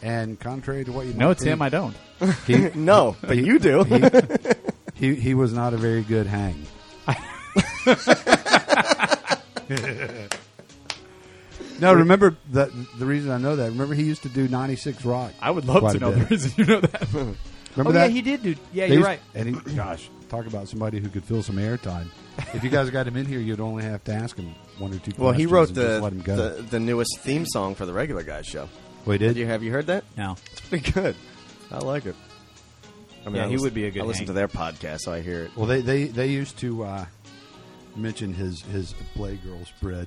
S3: And contrary to what you
S2: No,
S3: might
S2: it's him. I
S3: think,
S2: don't.
S3: he,
S1: no, but you do.
S3: he, he he was not a very good hang. no, remember the the reason I know that. Remember, he used to do ninety six rock.
S2: I would love to
S3: quite a
S2: know
S3: bit.
S2: the reason you know that.
S3: Remember
S2: oh
S3: that?
S2: yeah, he did, dude. Yeah,
S3: They
S2: you're
S3: used-
S2: right.
S3: And he, gosh, talk about somebody who could fill some airtime. If you guys got him in here, you'd only have to ask him one or two.
S1: well, he
S3: questions
S1: wrote
S3: and just
S1: the,
S3: let him go.
S1: the the newest theme song for the regular guys show.
S3: Wait, did
S1: Did you have you heard that?
S2: No,
S1: It's pretty good. I like it. I mean,
S2: Yeah,
S1: I
S2: he
S1: listen-
S2: would be a good
S1: I listen
S2: hang.
S1: to their podcast, so I hear it.
S3: Well, they they, they used to uh, mention his his playgirl spread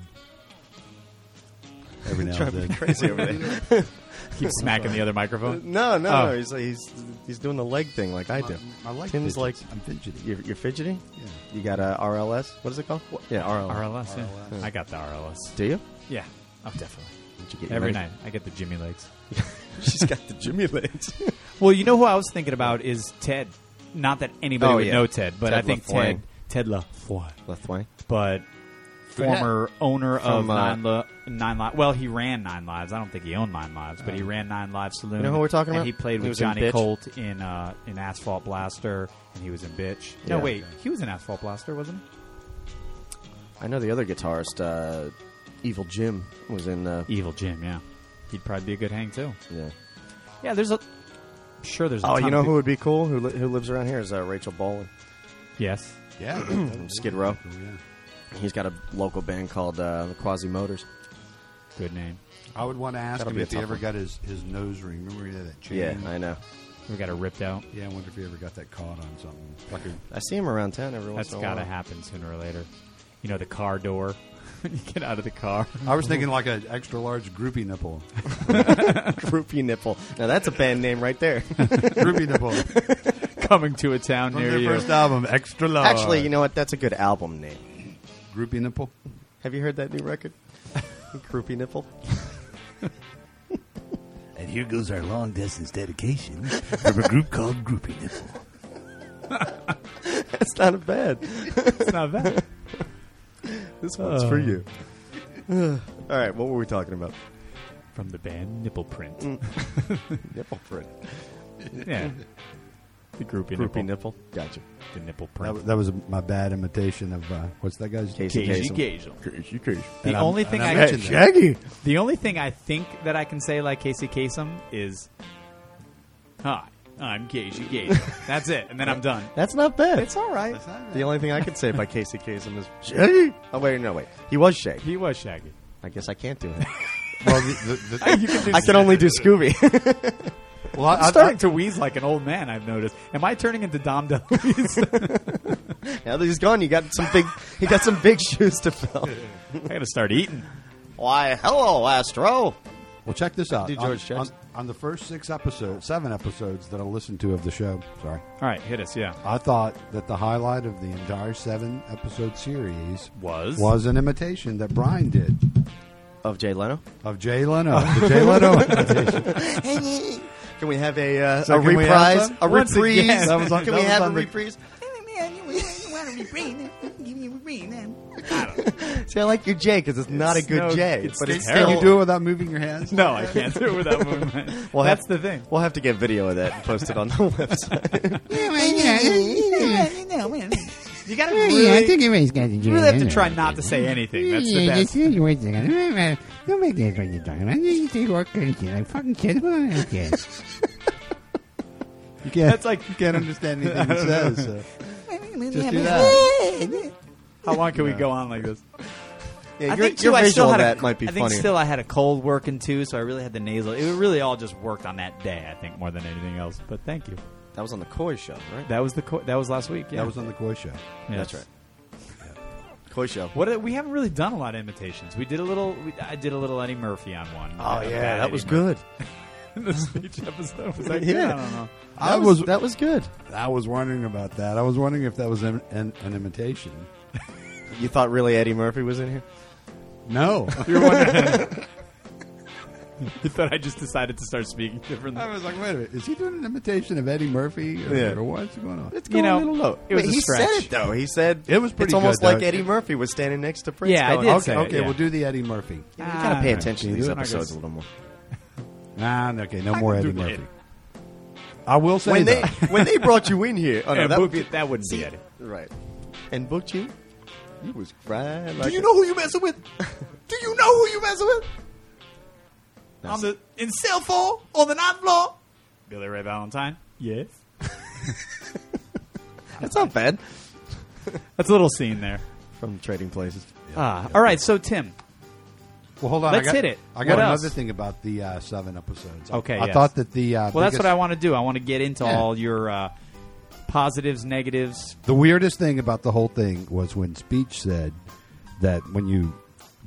S3: every now and then.
S1: Crazy over there.
S2: keep smacking the other microphone.
S1: No, no,
S2: Oh.
S1: no. He's he's he's doing the leg thing like I do.
S3: I like
S1: Tim's
S3: fidgets.
S1: like
S3: I'm fidgety.
S1: you're, you're fidgeting.
S3: Yeah.
S1: You got a RLS. What is it called? Yeah, RLS.
S2: RLS. Yeah.
S3: RLS.
S2: I got the RLS.
S1: Do you?
S2: Yeah. Oh, definitely.
S1: Did you get your
S2: Every
S1: legs-
S2: night, I get the Jimmy legs.
S1: She's got the Jimmy legs.
S2: Well, you know who I was thinking about is Ted. Not that anybody
S1: Oh,
S2: would
S1: yeah.
S2: know Ted, but
S1: Ted
S2: I think
S1: LaFoy.
S2: Ted Ted LaFoy,
S1: Left wing.
S2: but former owner of
S1: From, uh,
S2: Nine Li- Nine Lives. Well, he ran Nine Lives. I don't think he owned Nine Lives, but he ran Nine Lives Saloon.
S1: Uh, You know who we're talking
S2: and
S1: about?
S2: He played with
S1: He was in
S2: Johnny
S1: Bitch.
S2: Colt in uh, in Asphalt Blaster, and he was in Bitch. No,
S1: Yeah.
S2: wait, he was in Asphalt Blaster, wasn't he?
S1: I know the other guitarist, uh, Evil Jim, was in. Uh,
S2: Evil Jim, yeah. He'd probably be a good hang too.
S1: yeah.
S2: Yeah, there's a sure there's. A
S1: Oh,
S2: ton
S1: you
S2: of
S1: know who
S2: peop-
S1: would be cool? Who li- who lives around here is uh, Rachel Bolan.
S2: Yes.
S3: Yeah, that- that-
S1: Skid Row.
S3: Yeah.
S1: He's got a local band called uh, the Quasi Motors.
S2: Good name.
S3: I would want to ask
S1: That'll
S3: him
S1: be a
S3: if he
S1: tough
S3: ever
S1: one.
S3: got his, his nose ring. Remember he had that chain?
S1: Yeah, I know.
S2: We got it ripped out.
S3: Yeah, I wonder if he ever got that caught on something. Like a,
S1: I see him around town every once
S2: That's
S1: in a
S2: got to
S1: while.
S2: happen sooner or later. You know, the car door. you get out of the car.
S3: I was thinking like an extra large groupie nipple.
S1: Groupie nipple. Now that's a band name right there.
S3: groupie nipple from
S2: Coming to a town near
S3: their
S2: you.
S3: first album, extra large.
S1: Actually, you know what? That's a good album name.
S3: groupie nipple.
S1: Have you heard that new record? Groupie nipple.
S4: And here goes our long distance dedication from a group called Groupie Nipple.
S1: That's not a bad.
S2: It's not bad.
S1: This one's for you. All right, what were we talking about?
S2: From the band Nipple Print.
S1: Nipple print.
S2: Yeah. The groupie,
S1: Groupie
S2: nipple.
S1: nipple. Gotcha.
S2: The nipple
S3: That,
S2: print.
S3: wa- that was my bad imitation of uh, what's that guy's
S1: Casey
S2: Gagey
S1: Kasem.
S2: Gazel.
S1: Casey Kasem.
S2: The
S3: And I'm-
S2: only
S3: and
S2: thing
S3: I'm
S2: I
S3: mentioned that.
S1: Shaggy.
S2: the only thing I think that I can say like Casey Kasem is, "Hi, I'm Casey Gazel." That's it, and then I'm done.
S1: That's not bad.
S2: It's all right.
S1: the only thing I could say by Casey Kasem is Shaggy. Oh wait, no wait, he was Shaggy.
S2: He was Shaggy.
S1: I guess I can't do him.
S3: Well, the, the, the,
S2: You can do
S1: I can only do Scooby.
S3: well, I, I,
S2: I'm starting to wheeze like an old man. I've noticed. Am I turning into Dom DeLuise?
S1: now that he's gone, you got some big. You got some big shoes to fill.
S2: I gotta start eating.
S1: Why, hello, Astro.
S3: Well, check this out.
S1: Do George
S3: on, on,
S1: Jackson.
S3: on the first six episodes, seven episodes that I listened to of the show, sorry,
S2: All right, hit us. Yeah,
S3: I thought that the highlight of the entire seven episode series
S2: was
S3: was an imitation that Brian did
S1: Of Jay Leno.
S3: of Jay Leno, the Jay Leno imitation.
S1: Can we have a uh,
S3: So
S1: a
S3: can we have
S1: reprise?
S3: some?
S1: A
S3: Once again.
S1: reprise?
S3: That was on-
S1: can
S3: that
S1: we
S3: was
S1: have a
S3: on the-
S1: reprise?
S5: Man, you, you want to be green? Give me green, man.
S1: See, I like your J because it's, not a good
S2: no-
S1: J,
S2: it's
S1: but it's
S3: Can
S2: terrible.
S1: still.
S3: you do it without moving your hands?
S2: No, I can't do it without movement.
S1: We'll
S2: That's
S1: have-
S2: the thing.
S1: We'll have to get video of that and post it on the website.
S2: You gotta really,
S6: everybody's got to do
S2: you really have to try not to say anything. That's the best.
S6: Wait a second. Nobody cares what you're talking about. You take work crazy. Like fucking kids, but I don't care.
S3: You can't,
S2: That's like-
S3: you can't understand anything he says. so. Just do that.
S5: that.
S2: How long can we go on like this?
S1: yeah,
S2: I
S1: your,
S2: think too,
S1: your
S2: I still
S1: visual
S2: had
S1: of that
S2: a,
S1: might be
S2: I think
S1: funnier.
S2: still I had a cold working too, so I really had the nasal. It really all just worked on that day, I think, more than anything else. But thank you.
S1: that was on the Koi show, right?
S2: That was the co- that was last week. Yeah,
S3: That was on the Koi show.
S1: That's right. Koi show.
S2: What we haven't really done a lot of imitations. We did a little. We, I did a little Eddie Murphy on one.
S1: Oh yeah, that was good.
S2: In the speech episode, was that
S1: that
S2: yeah.
S1: good? I
S2: I don't
S1: don't
S2: know.
S3: I
S1: That was
S3: was
S1: that was good.
S3: I was wondering about that. I was wondering if that was an, an, an imitation.
S1: You thought really Eddie Murphy was in here?
S3: No,
S2: You thought I just decided to start speaking differently.
S3: I was like, wait a minute, is he doing an imitation of Eddie Murphy? Or,
S1: Yeah.
S3: or what's going on?
S1: It's
S2: You know, it was
S1: Wait,
S2: a
S1: he
S2: stretch.
S1: said it though. He said
S3: It was pretty
S1: It's almost
S3: good,
S1: like
S3: though.
S1: Eddie Murphy was standing next to Prince.
S2: Yeah, I
S1: going,
S2: did
S1: "Okay,
S2: say "Ah, it,
S1: okay,
S2: yeah.
S1: we'll
S3: we'll do the Eddie Murphy.
S1: You gotta pay attention to these episodes a little more.
S3: Nah, Ah, okay, no more Eddie
S2: do
S3: Murphy.
S2: Eddie.
S3: I will say
S1: When they
S3: though,
S1: when they brought you in here, oh, no,
S2: And
S1: that would
S2: booked
S1: be
S2: it, that wouldn't be
S1: see,
S2: Eddie.
S1: right? And booked you. You was right. Like a-
S2: who you messing with? Do you know who you messing with? On the in cell phone on the ninth floor. Billy Ray Valentine. Yes.
S1: That's not bad.
S2: That's a little scene there.
S1: From Trading Places.
S2: Ah, all right. So Tim,
S3: well, hold on.
S2: Let's
S3: I got,
S2: hit it.
S3: I got
S2: What
S3: another
S2: else?
S3: thing about the uh, seven episodes. I-
S2: Okay,
S3: I
S2: yes.
S3: thought that the uh,
S2: Well, that's
S3: biggest-
S2: what I want to do. I want to get into
S3: Yeah.
S2: all your uh, positives, negatives.
S3: The weirdest thing about the whole thing was when Speech said that when you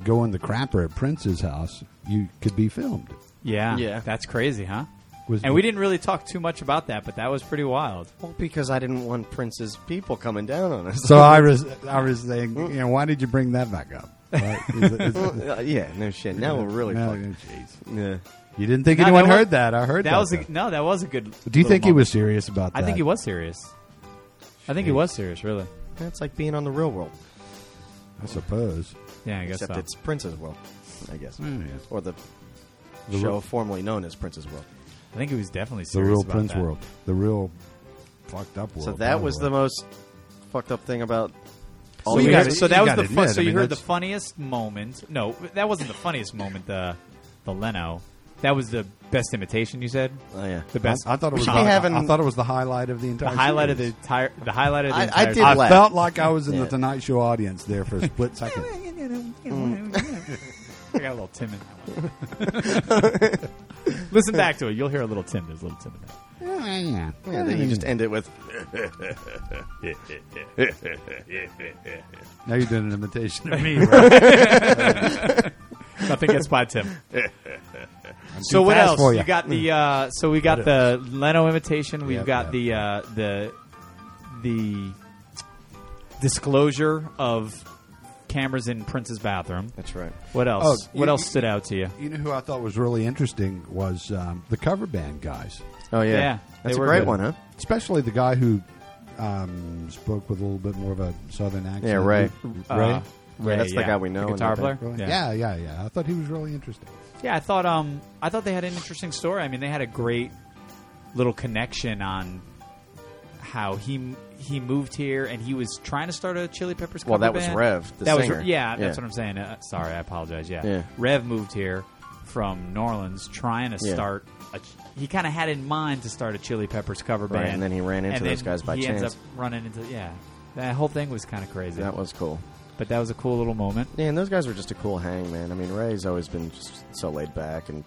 S3: go in the crapper at Prince's house, you could be filmed.
S2: Yeah,
S1: Yeah.
S2: that's crazy, huh?
S3: Was-
S2: and we didn't really talk too much about that, but that was pretty wild.
S1: Well, because I didn't want Prince's people coming down on us.
S3: So I was, I was saying, you know, why did you bring that back up? Right? Is it- is it-
S1: Uh, yeah, no shit. Now we're really
S3: No,
S1: fucking.
S3: jeez.
S1: Yeah.
S3: You didn't think
S2: No,
S3: anyone
S2: that was-
S3: heard that? I heard that.
S2: That was a,
S3: though.
S2: no, that was a good.
S3: Do you
S2: little
S3: think he
S2: moment.
S3: was serious about that?
S2: I think he was serious. I think he was serious, really.
S1: That's Eh, like being on the real world,
S3: I suppose.
S2: Yeah, I guess
S1: except
S2: so.
S1: it's Prince's world, I guess,
S3: Mm, yeah.
S1: or the,
S3: The
S1: show
S3: real-
S1: formerly known as Prince's World.
S2: I think he was definitely
S3: The
S2: serious.
S3: real
S2: about
S3: Prince
S2: that.
S3: world. The real fucked up world.
S1: So that was the
S3: probably.
S1: most fucked up thing about.
S2: So,
S1: All
S3: you
S2: you
S1: the
S3: gotta-
S2: heard-
S1: guys-
S2: so that was
S3: gotta
S2: the fun,
S3: admit,
S2: so
S3: I
S2: you
S3: mean,
S2: heard the
S3: that's-
S2: funniest moment. No, that wasn't the funniest moment. The the Leno. That was the best imitation you said.
S1: Oh yeah.
S2: The best.
S3: I, I thought it was. The,
S1: We haven't-
S3: I thought it was the highlight of the entire.
S2: the highlight of the
S3: series.
S2: entire. The highlight of the
S1: I- I
S2: entire.
S1: did
S2: series.
S3: I
S1: laugh.
S3: felt like I was in the
S1: Yeah.
S3: Tonight Show audience there for a split second.
S2: I got a little timid. Listen back to it. You'll hear a little Tim. There's a little Tim in there.
S1: Yeah, then you just end it with
S3: now you're doing an imitation of me.
S2: Nothing gets by Tim. so
S3: too
S2: what
S3: fast
S2: else?
S3: for
S2: You.
S3: ya.
S2: got the uh, so we got the Leno imitation. We've
S3: Yep,
S2: got
S3: yep.
S2: the uh, the the disclosure of cameras in Prince's bathroom.
S1: That's right.
S2: What else?
S3: Oh,
S2: what
S3: you-
S2: else
S3: you-
S2: stood out to you?
S3: You know who I thought was really interesting was um, the cover band guys,
S1: Oh yeah.
S2: Yeah,
S1: That's
S2: they
S1: a
S2: were
S1: great
S2: good.
S1: one, huh?
S3: especially the guy who um, spoke with a little bit more of a southern accent.
S1: Yeah, Ray.
S3: Ray.
S2: Uh,
S1: Yeah, that's the guy we know
S2: the
S1: and
S2: guitar
S1: that-
S2: player.
S3: Really? Yeah. yeah, yeah, I thought he was really interesting.
S2: Yeah, I thought um I thought they had an interesting story. I mean, they had a great little connection on how he he moved here and he was trying to start a Chili Peppers.
S1: Well,
S2: cover
S1: that was
S2: band.
S1: Rev, the
S2: that
S1: singer.
S2: was yeah,
S1: Yeah.
S2: that's what I'm saying. Uh, sorry, I apologize. Yeah.
S1: Yeah.
S2: Rev moved here from New Orleans trying to
S1: Yeah.
S2: start. A, ch- he kind of had in mind to start a Chili Peppers cover
S1: Right,
S2: band,
S1: and then he ran into
S2: and
S1: those
S2: then
S1: guys by
S2: he
S1: chance.
S2: Ends up running into yeah. That whole thing was kind of crazy,
S1: That was cool.
S2: but that was a cool little moment.
S1: Yeah, and those guys were just a cool hang, man. I mean, Ray's always been just so laid back and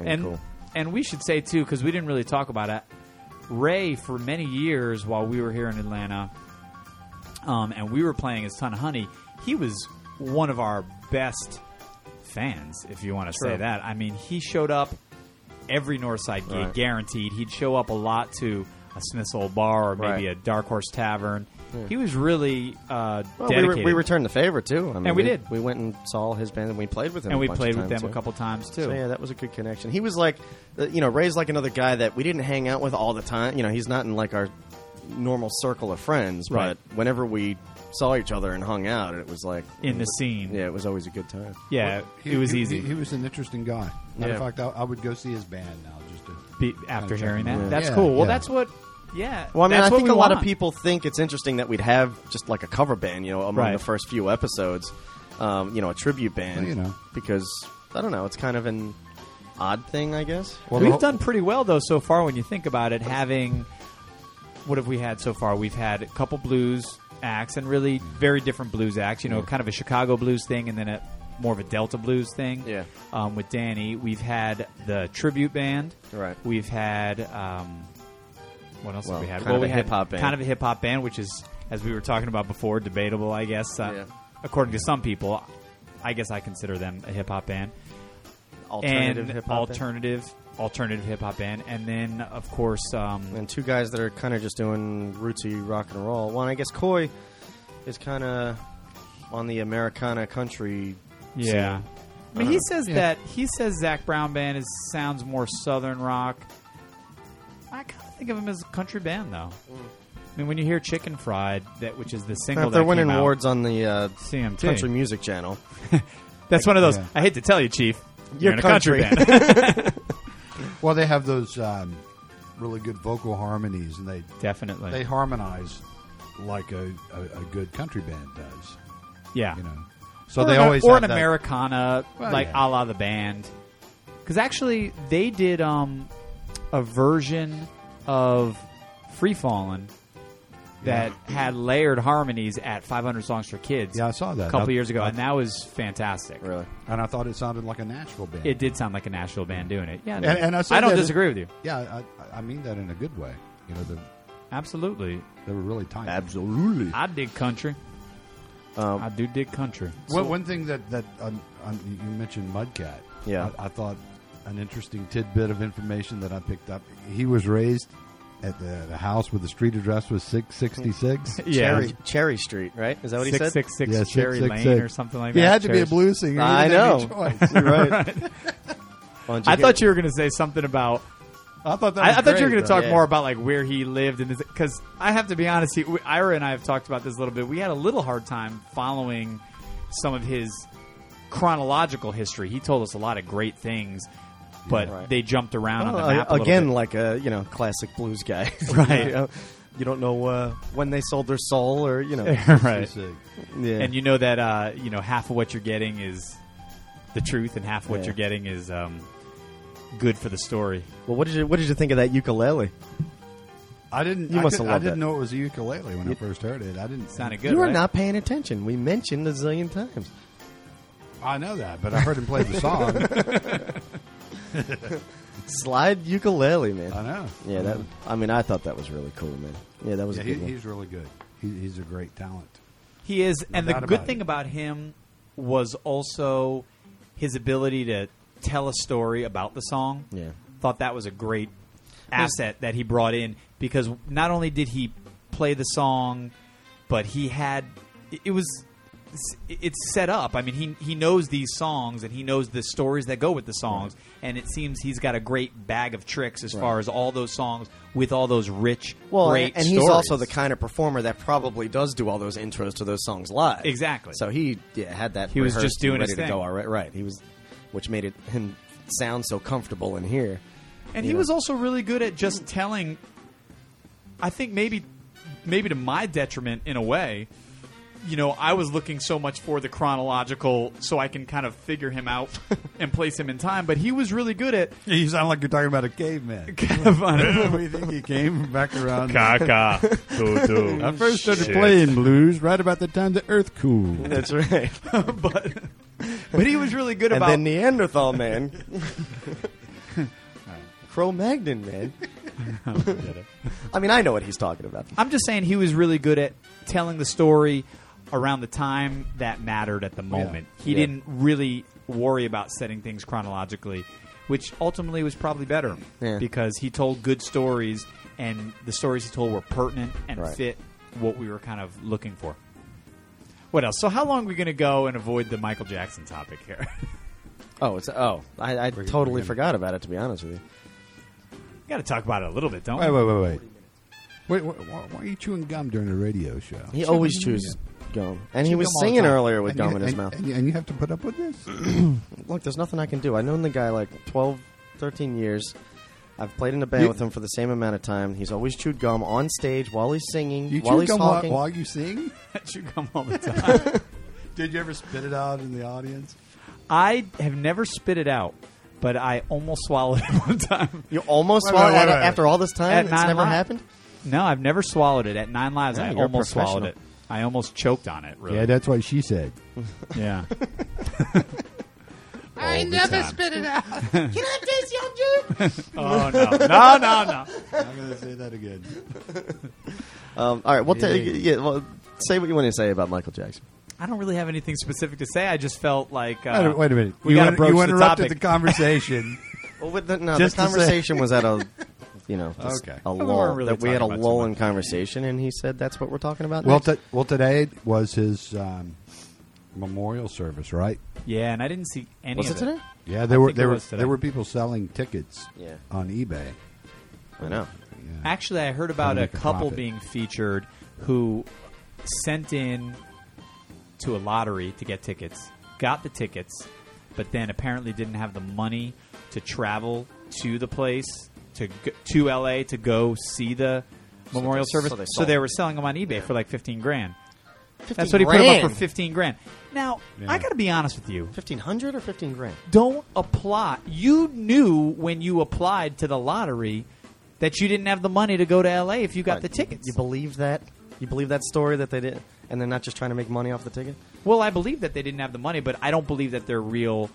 S1: and,
S2: and
S1: cool.
S2: and we should say too because we didn't really talk about it. Ray, for many years while we were here in Atlanta, um, and we were playing as Ton of Honey, he was one of our best fans, if you want to say
S1: True.
S2: that. I mean, he showed up every Northside gig,
S1: Right.
S2: guaranteed. He'd show up a lot to a Smith's Old Bar or maybe a
S1: Right.
S2: Dark Horse Tavern. He was really uh,
S1: Well, we,
S2: dedicated.
S1: re- we returned the favor too. I mean,
S2: And we did.
S1: We went and saw his band, and we played with him.
S2: and
S1: a
S2: we
S1: bunch
S2: played
S1: of
S2: with
S1: times,
S2: them a
S1: yeah.
S2: couple times too.
S1: So yeah, that was a good connection. He was like, uh, you know, Ray's like another guy that we didn't hang out with all the time. You know, he's not in like our normal circle of friends,
S2: Right.
S1: but whenever we saw each other and hung out, it was like mm,
S2: In the scene,
S1: yeah, it was always a good time.
S2: Yeah,
S3: He-
S2: it was
S3: he-
S2: easy.
S3: He, he was an interesting guy. Matter of
S1: Yeah.
S3: fact, I, I would go see his band now just to.
S2: Be- after
S3: check
S2: hearing
S3: him
S2: that,
S3: out.
S2: that's
S3: Yeah,
S2: cool. Well,
S3: yeah.
S2: that's what. Yeah.
S1: Well, I mean,
S2: that's
S1: I
S2: what
S1: think
S2: we
S1: a lot of
S2: want.
S1: people think it's interesting that we'd have just like a cover band, you know, among
S2: Right.
S1: the first few episodes, um, you know, a tribute band,
S3: Well, you know.
S1: because I don't know, it's kind of an odd thing, I guess.
S3: Well,
S2: We've
S3: the-
S2: done pretty well though so far when you think about it. Having what have we had so far? We've had a couple blues acts and really
S1: Hmm.
S2: very different blues acts. You know, kind of a Chicago blues thing and then a more of a Delta blues thing.
S1: Yeah.
S2: Um, with Danny, we've had the tribute band.
S1: Right.
S2: We've had um, what else
S1: Well,
S2: have we had?
S1: kind of
S2: we
S1: a
S2: had
S1: hip-hop band.
S2: Kind of a hip hop band, which is as we were talking about before, debatable, I guess. Uh,
S1: Yeah.
S2: According to some people, I guess I consider them a hip hop band
S1: alternative
S2: and
S1: hip hop,
S2: alternative alternative hip hop band, and then of course, um,
S1: and two guys that are kind of just doing rootsy rock and roll. Well, I guess Coy is kind of on the Americana country.
S2: yeah.
S1: scene.
S2: I mean, he says that he says Zach Brown band is sounds more southern rock. I kind of think of him as a country band though. I mean, when you hear Chicken Fried, that which is the single
S1: Mm. If they're
S2: that
S1: winning
S2: came out,
S1: awards on the uh,
S2: CMT.
S1: Country Music Channel,
S2: That's one of those.
S3: Yeah.
S2: I hate to tell you, Chief,
S1: You're
S2: you're in a country,
S1: country.
S2: band.
S3: Well, they have those um, really good vocal harmonies, and they
S2: Definitely,
S3: they harmonize like a, a, a good country band does.
S2: yeah.
S3: You know, so
S2: or
S3: they
S2: an,
S3: always
S2: or
S3: have
S2: an
S3: that-
S2: Americana,
S3: Well,
S2: like
S3: yeah.
S2: a la the band. Because actually, they did um, a version of Free Fallin' that had layered harmonies at 500 Songs for Kids.
S3: Yeah, I saw that.
S2: a couple
S3: I-
S2: years ago,
S3: I-
S2: and that was fantastic.
S1: really.
S3: and I thought it sounded like a Nashville band.
S2: It did sound like a Nashville band doing it. Yeah,
S3: And- and I said
S2: don't
S3: that-
S2: disagree with you.
S3: Yeah, I, I- I mean that in a good way. You know, they,
S2: Absolutely,
S3: they were really tight.
S4: Absolutely.
S2: I dig country.
S1: Um,
S2: I do dig country.
S3: One, one thing that that um, um, you mentioned, Mudcat.
S1: Yeah.
S3: I, I thought an interesting tidbit of information that I picked up. He was raised at the, the house where the street address was six sixty six.
S2: Yeah.
S1: Cherry, Cherry Street, right? Is that what he
S2: Six
S1: said?
S2: six six
S3: Yeah,
S2: Cherry
S3: 666.
S2: Lane or something like
S3: He
S2: that.
S3: had to be a
S2: Cherry-
S3: blues singer.
S1: I
S3: He didn't
S1: know.
S3: have any choice.
S1: You're right.
S2: I thought you were going to say something about
S3: I thought that.
S2: I,
S3: was
S2: I thought you were
S3: great,
S2: going to
S3: though.
S2: talk
S1: Yeah.
S2: more about like where he lived and because I have to be honest, he, we- Ira and I have talked about this a little bit. We had a little hard time following some of his chronological history. He told us a lot of great things, but
S1: Right.
S2: they jumped around on the
S1: Well,
S2: map
S1: uh,
S2: a little
S1: again
S2: bit.
S1: like a you know classic blues guy,
S2: Right.
S1: you, know, you don't know uh, when they sold their soul, or you know,
S2: right?
S1: yeah.
S2: And you know that uh, you know half of what you're getting is the truth, and half of what
S1: Yeah.
S2: you're getting is um, good for the story.
S1: well, what did you what did you think of that ukulele?
S3: I didn't.
S1: You
S3: I
S1: must have
S3: could-
S1: loved
S3: I didn't
S1: that.
S3: know it was a ukulele when I first heard it. I didn't.
S2: Sounded good.
S1: you are
S2: right?
S1: not paying attention. We mentioned a zillion times.
S3: I know that, but I heard him play the song.
S1: Slide ukulele, man.
S3: I know.
S1: Yeah, that. I mean, I thought that was really cool, man. Yeah, that was
S3: Yeah,
S1: a
S3: he,
S1: good one.
S3: he's really good. He, he's a great talent.
S2: He is, and the
S3: doubt
S2: good
S3: about
S2: thing
S3: it.
S2: about him was also his ability to tell a story about the song.
S1: Yeah.
S2: thought that was a great asset that he brought in because not only did he play the song, but he had it- it was it's set up. I mean, he he knows these songs and he knows the stories that go with the songs, and it seems he's got a great bag of tricks as far as all those songs with all those rich,
S1: well,
S2: great
S1: and, and he's
S2: stories.
S1: also the kind of performer that probably does do all those intros to those songs live.
S2: Exactly.
S1: So he yeah, had that.
S2: He was
S1: rehearsed
S2: just doing
S1: and ready
S2: his
S1: to go.
S2: thing.
S1: All right, right. He was, which made it him sound so comfortable in here.
S2: And
S1: you
S2: he
S1: know.
S2: was also really good at just telling. I think maybe, maybe to my detriment in a way. You know, I was looking so much for the chronological, so I can kind of figure him out and place him in time. But he was really good at
S3: You sound like you're talking about a caveman.
S2: kind of on a-
S3: we think he came back around.
S4: Caca. Toto.
S3: I first started playing blues right about the time the earth cooled.
S1: That's right.
S2: but but he was really good
S1: and
S2: about
S1: then Neanderthal man, Cro-Magnon man. I mean, I know what he's talking about.
S2: I'm just saying he was really good at telling the story around the time that mattered at the moment. He
S1: Yeah.
S2: didn't really worry about setting things chronologically, which ultimately was probably better
S1: Yeah.
S2: because he told good stories, and the stories he told were pertinent and
S1: Right.
S2: fit what we were kind of looking for. What else? So, how long are we going to go and avoid the Michael Jackson topic here?
S1: Oh, it's oh, I, I totally forgot about it. To be honest with you,
S2: Got to talk about it a little bit, don't
S3: Wait,
S2: we?
S3: wait, wait, wait. Wait, why, why are you chewing gum during a radio show?
S1: he always chews gum, and he
S3: Chew
S1: was
S3: gum all the
S1: singing
S3: time.
S1: earlier with
S3: And
S1: gum
S3: you-
S1: in his
S3: and-
S1: mouth.
S3: And you, and you have to put up with this?
S1: Look, there's nothing I can do. I've known the guy like 12, 13 years. I've played in a band
S3: You-
S1: with him for the same amount of time. He's always chewed gum on stage while he's singing,
S3: You
S1: while
S3: chew
S1: he's
S3: gum while,
S1: talking.
S3: while you sing?
S2: Chew gum all the time.
S3: Did you ever spit it out in the audience?
S2: I have never spit it out, but I almost swallowed it one time.
S1: You almost
S3: Wait,
S1: swallowed
S3: wait,
S1: at-
S3: wait, wait.
S1: after all this time.
S2: At
S1: it's
S2: nine
S1: never
S2: lives.
S1: happened.
S2: No, I've never swallowed it. At nine lives,
S1: Yeah,
S2: I
S1: you're a
S2: almost swallowed it.
S1: professional.
S2: I almost choked on it. Really?
S3: Yeah, that's what she said.
S2: Yeah.
S6: I never spit it out.
S5: Can I taste your juice?
S2: oh no! No! No! No!
S3: I'm going to say that again.
S1: Um, all right, well, ta-
S3: Yeah.
S1: yeah, well, say what you want to say about Michael Jackson.
S2: I don't really have anything specific to say. I just felt like uh,
S3: Wait, a- wait a minute.
S2: We
S3: you,
S2: got
S3: in-
S2: to broach
S3: you
S2: the
S3: interrupted
S2: topic.
S3: the, conversation.
S1: Well, with the, no,
S3: Just
S1: the
S3: to say-
S1: conversation was at a, you know, just
S3: Okay.
S1: a
S2: Well, we
S1: lull.
S2: weren't really
S1: that we had a
S2: talking about
S1: lull
S2: so
S1: in conversation, and he said that's what we're talking about.
S3: well,
S1: next.
S3: t- well, today was his um, memorial service, right?
S2: yeah, and I didn't see any.
S1: was it
S2: of
S1: today?
S3: Yeah, there were
S2: think it
S3: there were
S2: was today.
S3: there were people selling tickets
S1: Yeah.
S3: on eBay.
S1: I know.
S2: Actually, I heard about
S3: Gotta
S2: a
S3: make a
S2: couple
S3: profit.
S2: being featured who sent in to a lottery to get tickets, got the tickets, but then apparently didn't have the money to travel to the place to g- to LA to go see the memorial
S1: they-
S2: service.
S1: so they
S2: So
S1: sold
S2: they
S1: them.
S2: were selling them on eBay for like fifteen grand.
S1: 15
S2: That's what he put
S1: grand.
S2: them up for fifteen grand. Now
S3: Yeah.
S2: I got to be honest with you.
S1: Fifteen hundred or fifteen grand?
S2: Don't apply. You knew when you applied to the lottery that you didn't have the money to go to LA if you got the
S1: Right.
S2: tickets.
S1: You believe that? You believe that story that they did, and they're not just trying to make money off the ticket?
S2: Well, I believe that they didn't have the money, but I don't believe that they're real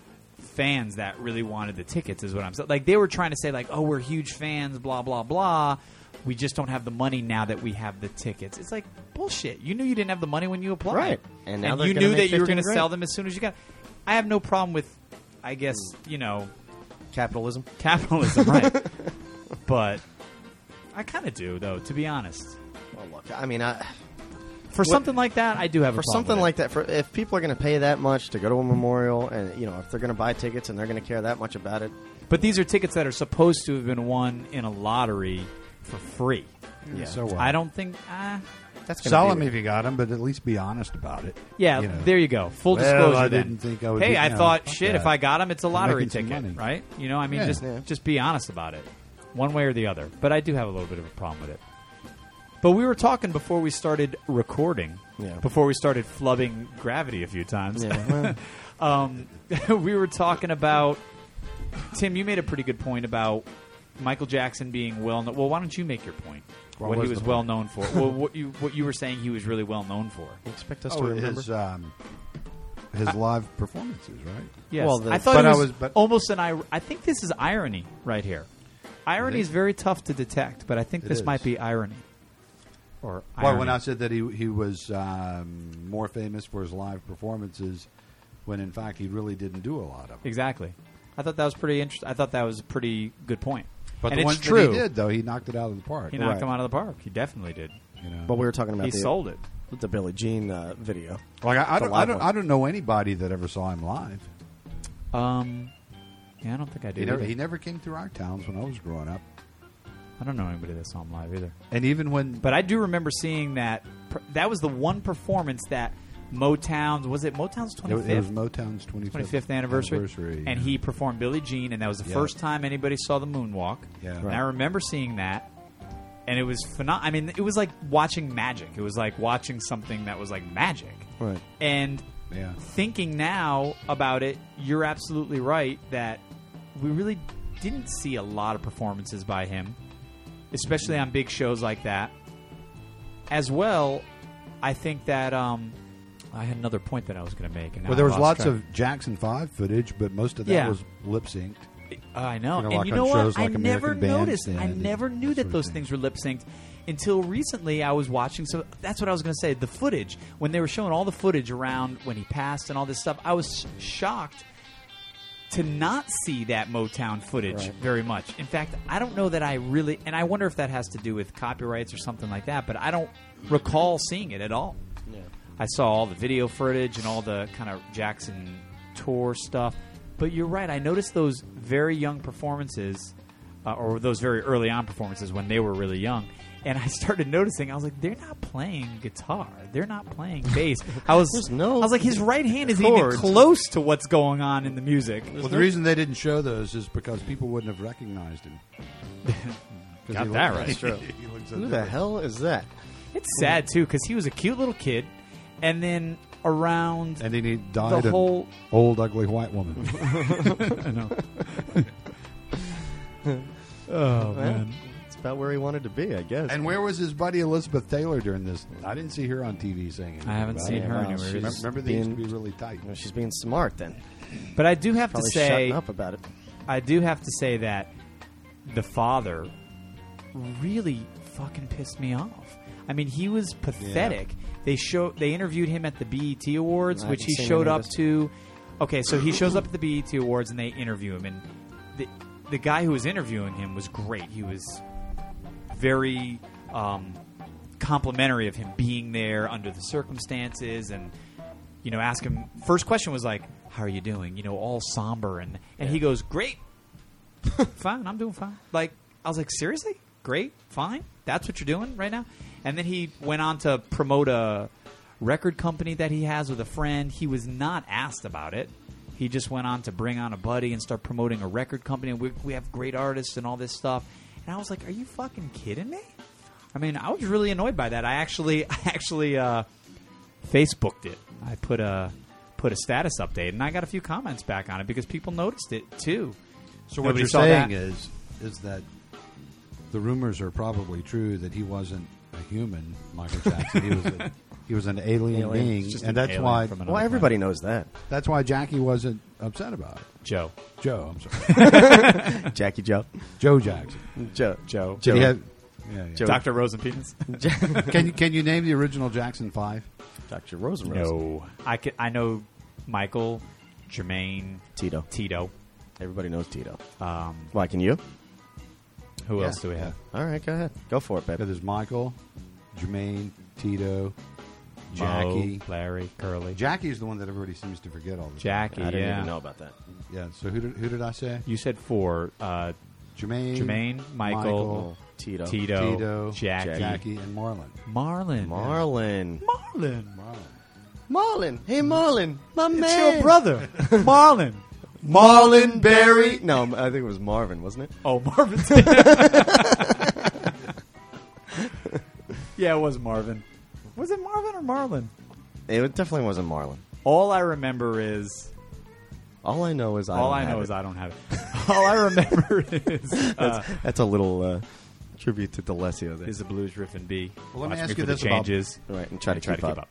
S2: fans that really wanted the tickets. Is what I'm saying. Like they were trying to say, like, oh, we're huge fans, blah blah blah. We just don't have the money now that we have the tickets. It's like bullshit. You knew you didn't have the money when you applied,
S1: Right. And now they're
S2: you
S1: gonna
S2: knew
S1: make
S2: that you were
S1: 15
S2: going to
S1: grand.
S2: sell them as soon as you got. I have no problem with, I guess
S1: Mm.
S2: you know,
S1: Capitalism.
S2: capitalism, right? but I kind of do, though, to be honest.
S1: Well, look, I mean, I,
S2: For something like that, I do have a
S1: for
S2: problem
S1: something
S2: with it.
S1: like that, for if people are going to pay that much to go to a memorial, and you know, if they're going to buy tickets and they're going to care that much about it,
S2: But these are tickets that are supposed to have been won in a lottery for free.
S3: Yeah, so what?
S2: I don't think. Uh,
S1: that's going to
S3: sell
S1: be
S3: them
S1: there.
S3: if you got them, but at least be honest about it.
S2: yeah,
S3: You know.
S2: there you go. Full
S3: Well,
S2: disclosure.
S3: I
S2: then.
S3: didn't think I would
S2: Hey,
S3: be-
S2: I
S3: you know,
S2: thought
S3: fuck
S2: shit.
S3: that.
S2: If I got them, it's a lottery
S3: making some money.
S2: ticket, right? You know, I mean,
S3: Yeah.
S2: just
S1: Yeah.
S2: just be honest about it, one way or the other. But I do have a little bit of a problem with it. But we were talking before we started recording.
S1: Yeah.
S2: Before we started flubbing gravity a few times.
S1: Yeah, well,
S2: um, we were talking about Tim. You made a pretty good point about Michael Jackson being well. known. Well, why don't you make your point?
S3: What
S2: what
S3: was
S2: he was
S3: the
S2: well known for. well, what you what you were saying he was really well known for.
S1: you expect us to
S3: Oh,
S1: remember.
S3: his um, his live performances, right?
S2: Yes,
S1: Well, the-
S2: I thought
S3: But
S2: it
S3: I
S2: was,
S3: was- but-
S2: almost an. ir- I think this is irony right here. Irony is very tough to detect, but I think
S3: It
S2: this
S3: is.
S2: might be irony. Or
S3: Why,
S2: irony.
S3: when I said that he he was um, more famous for his live performances, when in fact he really didn't do a lot of them.
S2: exactly. I thought that was pretty interesting. I thought that was a pretty good point.
S3: But
S2: and
S3: the
S2: it's
S3: ones
S2: true.
S3: that he did, though, he knocked it out of the park.
S2: He knocked
S1: Right.
S2: him out of the park. He definitely did.
S3: you know?
S1: But we were talking about
S2: he
S1: the,
S2: sold it.
S1: the Billie Jean uh, video.
S3: like I, I
S1: The
S3: don't, I
S1: live
S3: don't,
S1: one.
S3: I don't know anybody that ever saw him live.
S2: Um, yeah, I don't think I do.
S3: He never,
S2: either.
S3: he never came through our towns when I was growing up,
S2: I don't know anybody that saw him live either.
S3: and even when
S2: But I do remember seeing that. per- That was the one performance that Motown's was it Motown's
S3: it
S2: twenty
S3: was, it was
S2: fifth.
S3: Motown's 25th,
S2: 25th anniversary, and
S3: yeah.
S2: he performed Billie Jean, and that was the
S3: Yeah.
S2: first time anybody saw the moonwalk.
S3: Yeah.
S2: And
S3: Right.
S2: I remember seeing that, and it was phenomenal. I mean, it was like watching magic. It was like watching something that was like magic.
S1: Right.
S2: And
S3: Yeah.
S2: thinking now about it, you're absolutely right that we really didn't see a lot of performances by him, especially on big shows like that. As well, I think that um, I had another point that I was going to make. And now
S3: Well, there
S2: I
S3: was
S2: lost
S3: lots
S2: track.
S3: of Jackson Five footage, but most of that
S2: Yeah.
S3: was lip synced.
S2: I know,
S3: You know,
S2: and
S3: like
S2: you
S3: on
S2: know what?
S3: shows like
S2: I never
S3: American Bandstand
S2: noticed. I
S3: and
S2: never
S3: that
S2: knew
S3: sort
S2: that
S3: of
S2: those
S3: thing.
S2: things were lip synced until recently. I was watching. So that's what I was going to say. The footage when they were showing all the footage around when he passed and all this stuff. I was shocked to not see that Motown footage
S1: Right.
S2: very much. In fact, I don't know that I really, and I wonder if that has to do with copyrights or something like that. But I don't recall seeing it at all.
S1: Yeah.
S2: I saw all the video footage and all the kind of Jackson tour stuff. But you're right. I noticed those very young performances, uh, or those very early on performances when they were really young. And I started noticing. I was like, they're not playing guitar. They're not playing bass. I was
S1: There's no
S2: I was like, his right hand isn't
S1: chords.
S2: even close to what's going on in the music.
S3: Well, the reason they didn't show those is because people wouldn't have recognized him. 'Cause
S2: Got
S3: he
S2: that
S3: looked-
S2: right.
S1: True.
S3: he looked so
S1: Who the
S3: different.
S1: hell is that?
S2: It's sad too because he was a cute little kid, and then around
S3: And then he
S2: the
S3: died an
S2: whole
S3: old, ugly white woman.
S2: oh man.
S1: It's about where he wanted to be, I guess.
S3: and where was his buddy Elizabeth Taylor during this? I didn't see her on TV singing.
S2: I haven't
S3: about
S2: seen
S3: it.
S2: her
S1: wow,
S2: anywhere.
S1: she's-
S3: Remember,
S2: It's-
S3: remember they used to be
S1: being-
S3: really tight.
S1: Well, she's being smart then.
S2: But I do have to
S1: Probably
S2: say,
S1: shutting up about it.
S2: I do have to say that the father really fucking pissed me off. I mean, he was pathetic. They show they interviewed him at the BET Awards,
S1: I
S2: which
S1: haven't
S2: he
S1: seen
S2: showed
S1: any of
S2: up
S1: this.
S2: to. Okay, so he shows up at the BET Awards and they interview him, and the the guy who was interviewing him was great. He was very um, complimentary of him being there under the circumstances and you know ask him first question was like how are you doing you know all somber and and he goes great fine i'm doing fine like i was like seriously great fine that's what you're doing right now and then he went on to promote a record company that he has with a friend he was not asked about it he just went on to bring on a buddy and start promoting a record company and we, we have great artists and all this stuff and i was like are you fucking kidding me i mean i was really annoyed by that i actually i actually uh Facebooked it. I put a put a status update, and I got a few comments back on it because people noticed it too.
S3: So what
S2: Nobody
S3: you're
S2: saw
S3: saying
S2: that.
S3: is is that the rumors are probably true that he wasn't a human, Michael Jackson. he was a, he was an alien,
S1: Alien.
S3: being,
S2: It's just
S3: and
S2: an
S3: that's
S2: alien
S3: why
S2: from another
S1: Well,
S2: planet.
S1: everybody knows that.
S3: that's why Jackie wasn't upset about it.
S2: Joe.
S3: Joe, I'm sorry,
S1: Jackie Joe.
S3: Joe Jackson.
S1: Joe.
S2: Joe.
S1: Joe.
S3: Did he have- yeah, yeah.
S1: Joe.
S2: Dr. Rosenpenis?
S3: Can you can you name the original Jackson Five?
S1: Dr. Rosenrose.
S2: no. I, could, I know Michael, Jermaine,
S1: Tito.
S2: Tito.
S1: Everybody knows Tito.
S2: Um,
S1: Why, can you?
S2: who
S3: Yeah.
S2: else do we have?
S1: All right, go ahead. Go for it,
S3: Yeah,
S1: baby.
S3: there's Michael, Jermaine, Tito,
S2: Mo,
S3: Jackie.
S2: Larry, Curly.
S3: Jackie is the one that everybody seems to forget all the time.
S2: Jackie,
S1: I didn't
S2: yeah.
S1: even know about that.
S3: Yeah. So who did, who did I say?
S2: You said four. Uh,
S3: Jermaine,
S2: Jermaine, Michael,
S3: Michael,
S1: Tito.
S2: Tito,
S3: Tito,
S2: Jackie,
S3: Jackie, and Marlon.
S2: Marlon.
S1: Marlon.
S2: Marlon.
S3: Marlon.
S1: Marlon. Hey, Marlon. My man.
S2: It's your brother, Marlon.
S1: Marlon Berry. No, I think it was Marvin, wasn't it?
S2: Oh, Marvin. yeah, it was Marvin. Was it Marvin or Marlon?
S1: It definitely wasn't Marlon.
S2: All I remember is
S1: All I know is I
S2: all
S1: don't
S2: I
S1: have
S2: know
S1: it.
S2: is I don't have it. all I remember is uh,
S1: That's a little uh, tribute to Delesio there.
S2: is the blues riff and B.
S3: Well, let me
S2: Watch
S3: ask
S2: for
S3: you
S2: the
S3: this about-
S2: changes.
S1: All right, and try to
S2: and try
S1: keep
S2: to
S1: up.
S2: keep up.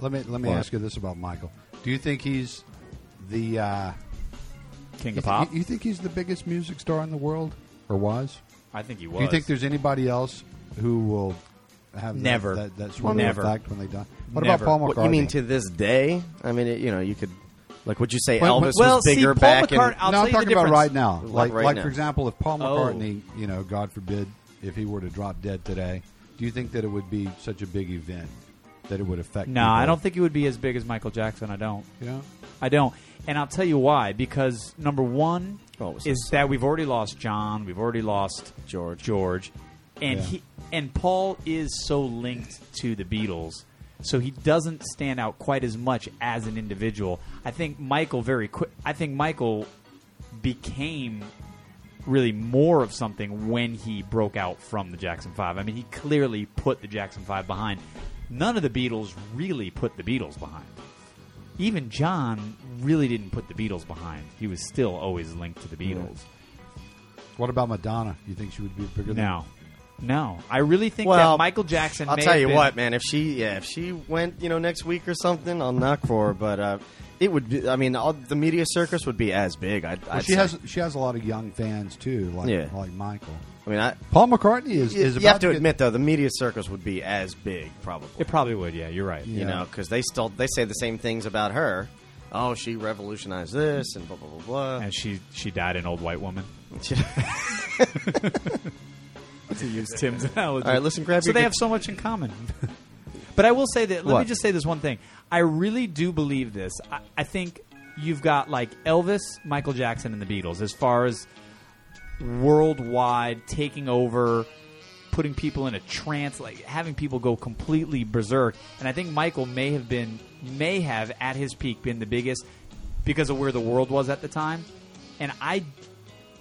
S3: Let me let me
S1: What?
S3: ask you this about Michael. Do you think he's the uh,
S2: King
S3: you,
S2: of Pop.
S3: you- you think he's the biggest music star in the world, or was?
S2: I think he was.
S3: Do you think there's anybody else who will have that-
S2: Never.
S3: that, that, sort of
S2: Never.
S3: effect when they die? What
S2: Never.
S3: about Paul
S1: What
S3: McCartney?
S1: you mean to this day? I mean, it, you know, you could like would you say
S3: Well,
S1: Elvis
S2: well,
S1: was bigger
S2: see, Paul
S1: back in
S2: McCartney- I'll
S3: no,
S2: tell
S3: I'm
S2: you
S3: talking
S2: the
S3: about
S2: difference.
S3: right now.
S1: Like
S3: Like,
S1: right
S3: like
S1: now.
S3: for example, if Paul
S2: Oh.
S3: McCartney, you know, God forbid, if he were to drop dead today, do you think that it would be such a big event that it would affect?
S2: no,
S3: people?
S2: I don't think he would be as big as Michael Jackson. I don't.
S3: You know?
S2: I don't. And I'll tell you why. Because number one
S1: Oh, it was
S2: is that we've already lost John. We've already lost
S1: George.
S2: George, and
S3: Yeah.
S2: he and Paul is so linked to the Beatles, so he doesn't stand out quite as much as an individual. I think Michael very quick. I think Michael became really more of something when he broke out from the Jackson 5. I mean, he clearly put the Jackson 5 behind. None of the Beatles really put the Beatles behind. Even John really didn't put the Beatles behind. He was still always linked to the Beatles.
S3: What about Madonna? You think she would be bigger?
S2: No. No. I really think
S1: Well,
S2: that Michael Jackson
S1: I'll
S2: may
S1: tell
S2: have
S1: you
S2: been-
S1: what, man. If she, yeah, if she went, you know, next week or something, I'll knock for her. But uh, it would, be, I mean, all, the media circus would be as big. I'd,
S3: Than, well,
S1: I'd
S3: she
S1: say.
S3: has she has a lot of young fans too, like
S1: Yeah.
S3: like Michael.
S1: I mean, I,
S3: Paul McCartney is
S1: you,
S3: is
S1: you
S3: about
S1: have to
S3: get-
S1: admit though, the media circus would be as big, probably.
S2: It probably would, yeah, you're right.
S3: Yeah.
S1: You know, because they still they say the same things about her. oh, she revolutionized this and blah blah blah blah.
S2: and she she died an old white woman. to use Tim's analogy.
S1: All right, listen, grab
S2: So
S1: your
S2: they
S1: gu-
S2: have so much in common. but I will say that. Let me
S1: What?
S2: just say this one thing. I really do believe this. I, I think you've got like Elvis, Michael Jackson, and the Beatles as far as worldwide taking over, putting people in a trance, like having people go completely berserk. And I think Michael may have been, may have at his peak been the biggest because of where the world was at the time. And I,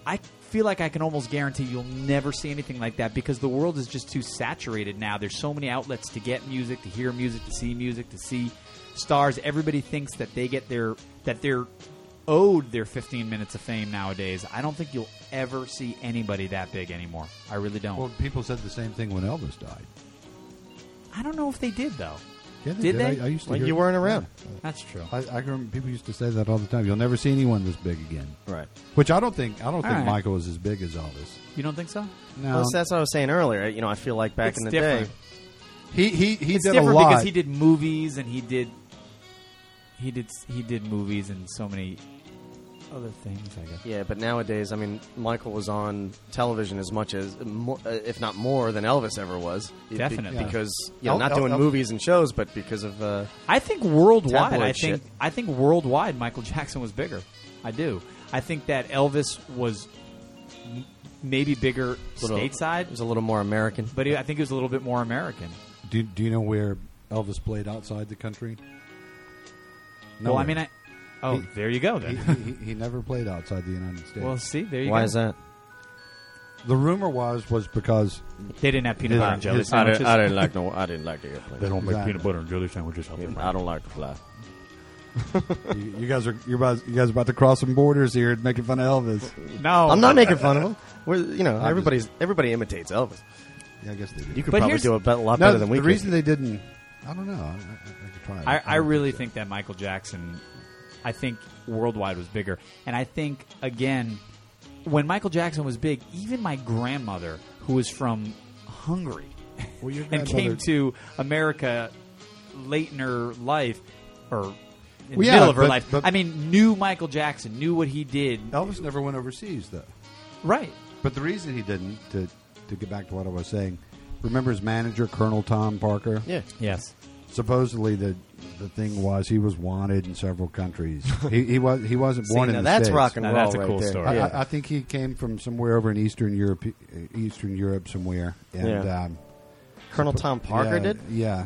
S2: I feel like I can almost guarantee you'll never see anything like that because the world is just too saturated now. There's so many outlets to get music, to hear music, to see music, to see stars. Everybody thinks that they get their that they're owed their 15 minutes of fame nowadays. I don't think you'll ever see anybody that big anymore. I really don't.
S6: Well, people said the same thing when Elvis died.
S2: I don't know if they did though.
S6: Yeah, they
S2: Did they?
S6: I, I used to
S1: Like
S6: hear-
S1: you weren't around.
S2: That's true.
S6: I, I can remember people used to say that all the time. You'll never see anyone this big again.
S1: Right.
S6: Which I don't think. I don't think
S2: right.
S6: Michael was as big as Elvis.
S2: You don't think so?
S6: No,
S1: Plus, that's what I was saying earlier. You know, I feel like back
S2: It's
S1: in the
S2: different.
S1: day,
S6: he he he
S2: It's
S6: did a
S2: different
S6: lot.
S2: because he did movies and he did he did he did movies and so many other things, I guess.
S1: yeah. But nowadays, I mean, Michael was on television as much as, mo- uh, if not more, than Elvis ever was. Be-
S2: Definitely.
S1: because you know,
S6: El-
S1: not
S6: El-
S1: doing
S6: El-
S1: movies and shows, but because of uh,
S2: I think worldwide.
S1: Tabloid
S2: I think
S1: shit.
S2: I think worldwide. Michael Jackson was bigger. I do. I think that Elvis was m- maybe bigger
S1: little-
S2: stateside,
S1: it was a little more American.
S2: but he, I think he was a little bit more American.
S6: Do, do you know where Elvis played outside the country? No,
S2: Well, I mean, I. Oh,
S6: He-
S2: there you go. Then.
S6: he, he, he never played outside the United States.
S2: well, see, there you
S1: Why
S2: go.
S1: is that?
S6: the rumor was was because
S2: They didn't have peanut butter and jelly
S6: his-
S2: sandwiches.
S1: didn't like no. I didn't like the airplane.
S3: don't
S6: Exactly. peanut
S3: butter and jelly sandwiches out
S1: I don't like to fly.
S6: you, you guys are you're about, you guys are about to cross some borders here and making fun of Elvis.
S2: no,
S1: I'm not making fun of him. We're, you know, everybody's everybody imitates Elvis.
S6: Yeah, I guess they did.
S1: You could
S2: But
S1: probably
S2: here's-
S1: do a bet- a lot
S6: no,
S1: better than
S6: the
S1: we could.
S6: reason they didn't. I don't know. I, I, I could try. it.
S2: I, I
S6: don't
S2: really
S6: so.
S2: think that Michael Jackson, I think worldwide was bigger, and I think again, when Michael Jackson was big, even my grandmother, who was from Hungary,
S6: Well, your
S2: and came
S6: grandmother-
S2: to America late in her life, or in
S6: Well,
S2: the
S6: yeah,
S2: middle of her
S6: but-
S2: life,
S6: but-
S2: I mean, knew Michael Jackson, knew what he did,
S6: Elvis never went overseas though.
S2: right?
S6: But the reason he didn't, to to get back to what I was saying, remember his manager Colonel Tom Parker.
S1: Yeah.
S2: Yes.
S6: Supposedly the the thing was he was wanted in several countries. he, he was he wasn't
S1: See,
S6: born
S1: now
S6: in the
S1: that's
S6: States.
S1: rock and
S2: Now
S1: roll.
S2: that's a
S1: right
S2: cool
S1: there.
S2: story.
S6: I,
S1: Yeah.
S6: I, I think he came from somewhere over in Eastern Europe, uh, Eastern Europe somewhere, and
S1: Yeah.
S6: um,
S1: Colonel Tom Parker
S6: yeah,
S1: did,
S6: Yeah,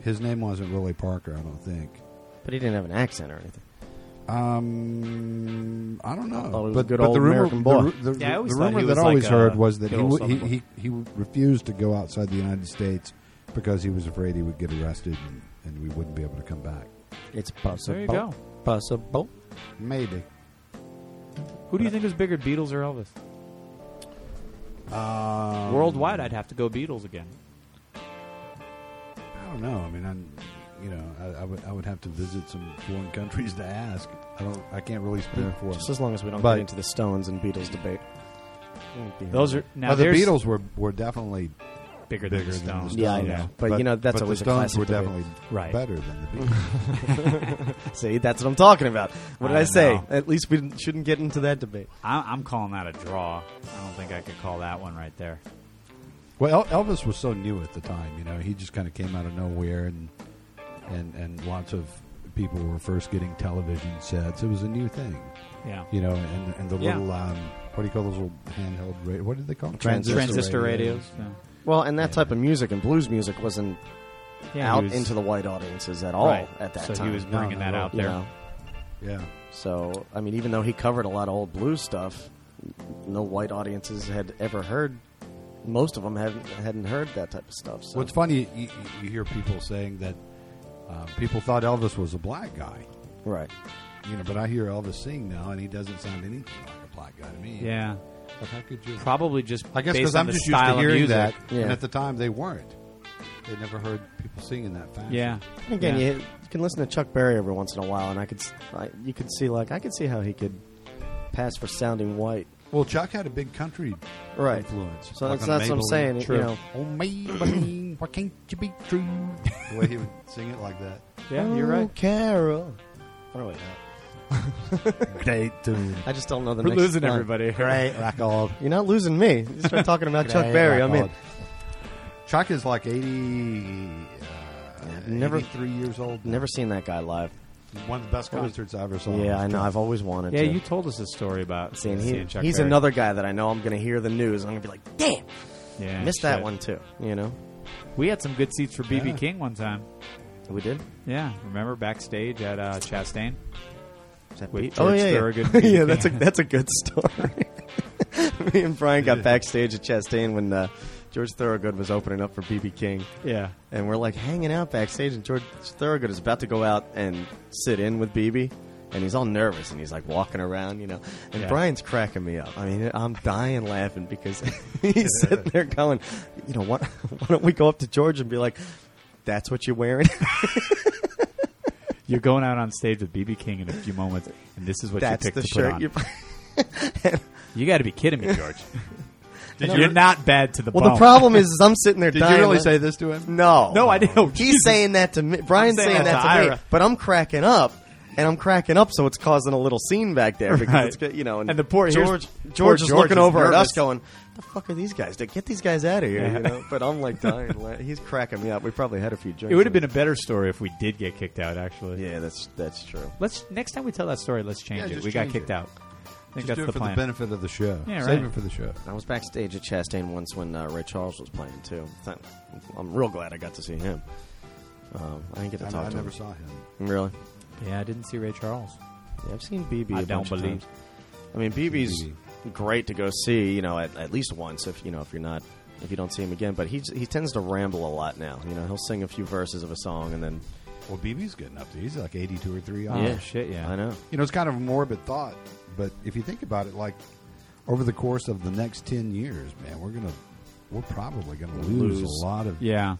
S6: his name wasn't really Parker, I don't think.
S1: but he didn't have an accent or anything.
S6: Um, I don't know.
S1: Oh, he was a
S6: but
S1: good
S6: but
S1: old
S6: the rumor,
S1: American
S6: the
S1: boy.
S6: ru- The,
S2: Yeah, I always
S6: the
S2: thought
S6: rumor
S2: he
S6: that
S2: was
S6: I always
S2: like uh, a
S6: heard was that he,
S2: good old
S6: w- he,
S2: Southern
S6: he he refused to go outside the United States because he was afraid he would get arrested and, and we wouldn't be able to come back.
S1: It's possible.
S2: There you go.
S1: Possible.
S6: Maybe.
S2: Who do you think was bigger, Beatles or Elvis?
S6: Um,
S2: Worldwide, I'd have to go Beatles again.
S6: I don't know. I mean, I'm, you know, I, I would I would have to visit some foreign countries to ask. I don't. I can't really speak for them.
S1: Just as long as we don't
S6: But-
S1: get into the Stones and Beatles debate. Won't be
S2: Those
S1: here.
S2: are now
S6: Well, the
S2: there's
S6: Beatles were were definitely
S2: bigger,
S6: bigger
S2: than the
S6: than the
S2: Stones.
S6: Stones.
S1: Yeah, I know. But, you know, that's
S6: but
S1: always a
S6: the Stones
S1: classic
S6: were
S1: debate.
S6: definitely
S2: Right.
S6: better than the Beatles.
S1: See, that's what I'm talking about. What did
S2: I
S1: I, say?
S2: know.
S1: At least we didn't- shouldn't get into that debate.
S2: I, I'm calling that a draw. I don't think I could call that one right there.
S6: Well, El- Elvis was so new at the time, you know. He just kind of came out of nowhere, and and and lots of people were first getting television sets. It was a new thing,
S2: Yeah.
S6: you know. And and the
S2: Yeah.
S6: little um, what do you call those little handheld? Ra- what did they call them?
S1: Transistor
S2: Transistor radios.
S1: Well, and that type of music and blues music wasn't
S2: Yeah. Yeah,
S1: out
S2: he was-
S1: into the white audiences at all
S2: Right.
S1: at that
S2: so
S1: time.
S2: he was
S6: No,
S2: bringing
S6: not
S2: that
S6: at all.
S2: out
S1: you
S2: there.
S1: know?
S6: Yeah,
S1: So, I mean, even though he covered a lot of old blues stuff, no white audiences had ever heard. Most of them hadn't, hadn't heard that type of stuff. So.
S6: What's funny, you, you hear people saying that uh, people thought Elvis was a black guy,
S1: right?
S6: you know. But I hear Elvis sing now, and he doesn't sound anything like a black guy to me.
S2: Yeah,
S6: But how could you?
S2: probably just
S6: I guess
S2: because
S6: because I'm just used
S2: style
S6: to
S2: of
S6: hearing
S2: music.
S6: that,
S1: Yeah.
S6: and at the time they weren't. They never heard people sing in that fashion.
S2: Yeah,
S1: And again,
S2: yeah.
S1: you, you can listen to Chuck Berry every once in a while, and I could, s I you could see like I could see how he could pass for sounding white.
S6: Well, Chuck had a big country
S1: Right.
S6: influence.
S1: So
S6: Like
S1: that's,
S6: on
S1: that's what I'm
S6: Maybelline.
S1: saying. You know,
S6: Oh, Maybelline, why can't you be true? the way he would sing it like that.
S2: Yeah, you're
S1: "Oh,
S2: right.
S1: Carol, Throw it out.
S4: Day two.
S1: I just don't know the
S2: We're
S1: next
S2: losing
S1: one.
S2: everybody.
S4: Great record.
S1: You're not losing me. You just start talking about Chuck
S4: Great
S1: Berry. I mean,
S4: record.
S3: Chuck is like 80, uh,
S1: I've never-
S3: 83 years old.
S1: never seen that guy live.
S3: One of the best concerts I ever saw.
S1: Yeah, I know. I've always wanted
S2: Oh, Yeah,
S1: to.
S2: you told us a story about
S1: See, and he-
S2: seeing Chuck
S1: he's
S2: Berry.
S1: another guy that I know I'm going to hear the news. and I'm going to be like, damn,
S2: Yeah,
S1: I missed
S2: shit.
S1: that one too. You know,
S2: We had some good seats for BB
S3: Yeah.
S2: King one time.
S1: we did.
S2: Yeah, remember backstage at uh, Chastain?
S1: Is that
S2: With
S1: beat-
S2: George
S1: yeah,
S2: Thorogood
S1: yeah.
S2: and BB
S1: yeah, that's a
S2: King.
S1: that's a good story. Me and Brian got backstage at Chastain when uh, George Thorogood was opening up for BB King,
S2: Yeah.
S1: and we're like hanging out backstage, and George Thorogood is about to go out and sit in with BB. And he's all nervous, and he's like walking around, you know. And
S2: Yeah.
S1: Brian's cracking me up. I mean, I'm dying laughing because he's sitting there going, you know, what, why don't we go up to George and be like, "That's what you're wearing."
S2: You're going out on stage with BB King in a few moments, and this is what
S1: That's
S2: you picked
S1: the
S2: to put
S1: shirt
S2: on.
S1: you're.
S2: You got to be kidding me, George. You're not bad to the
S1: Well,
S2: bone.
S1: the problem is, is I'm sitting there.
S3: Did
S1: dying
S3: you really
S1: laugh-
S3: say this to him?
S1: No,
S2: No, I didn't. Oh,
S1: He's saying that to me. Brian's
S2: I'm
S1: saying, that, to, me,
S2: Ira.
S1: but I'm cracking up, and I'm cracking up, so it's causing a little scene back there because
S2: Right.
S1: it's good, you know. And,
S2: And the poor- here's-
S1: George,
S2: poor
S1: George, is
S2: George
S1: looking
S2: is
S1: over at us,
S2: nervous.
S1: going, "The fuck are these guys? Get these guys out of here!"
S2: Yeah.
S1: You know? But I'm like dying. la- He's cracking me up. We probably had a few drinks.
S2: It would have been a better story if we did get kicked out. Actually,
S1: yeah, that's that's true.
S2: Let's next time we tell that story, let's change
S3: Yeah,
S2: it.
S3: just
S2: We got
S3: change
S2: kicked
S3: it.
S2: out. I think that's
S3: Just do it
S2: the
S3: for
S2: plan.
S3: the benefit of the show.
S2: Yeah,
S3: Save
S2: right.
S3: it for the show.
S1: I was backstage at Chastain once when uh, Ray Charles was playing too. Th- I'm real glad I got to see him. Um, I didn't get to
S3: I,
S1: talk
S3: I
S1: to
S3: never
S1: him.
S3: saw him.
S1: Really?
S2: yeah, I didn't see Ray Charles.
S1: Yeah, I've seen BB. I
S2: I
S1: a
S2: don't
S1: bunch of
S2: believe.
S1: times. I mean, BB's great to go see. You know, at, at least once if you know if you're not if you don't see him again. But he he tends to ramble a lot now. You know, he'll sing a few verses of a song and then
S3: Well, BB's getting up to. He's like 82 or 3.
S2: Oh,
S1: Yeah. Oh,
S2: shit! Yeah,
S1: I know.
S3: You know, it's kind of a morbid thought, but if you think about it, like over the course of the next 10 years, man, we're going to, we're probably going to
S1: Lose.
S3: lose, a lot of,
S2: Yeah,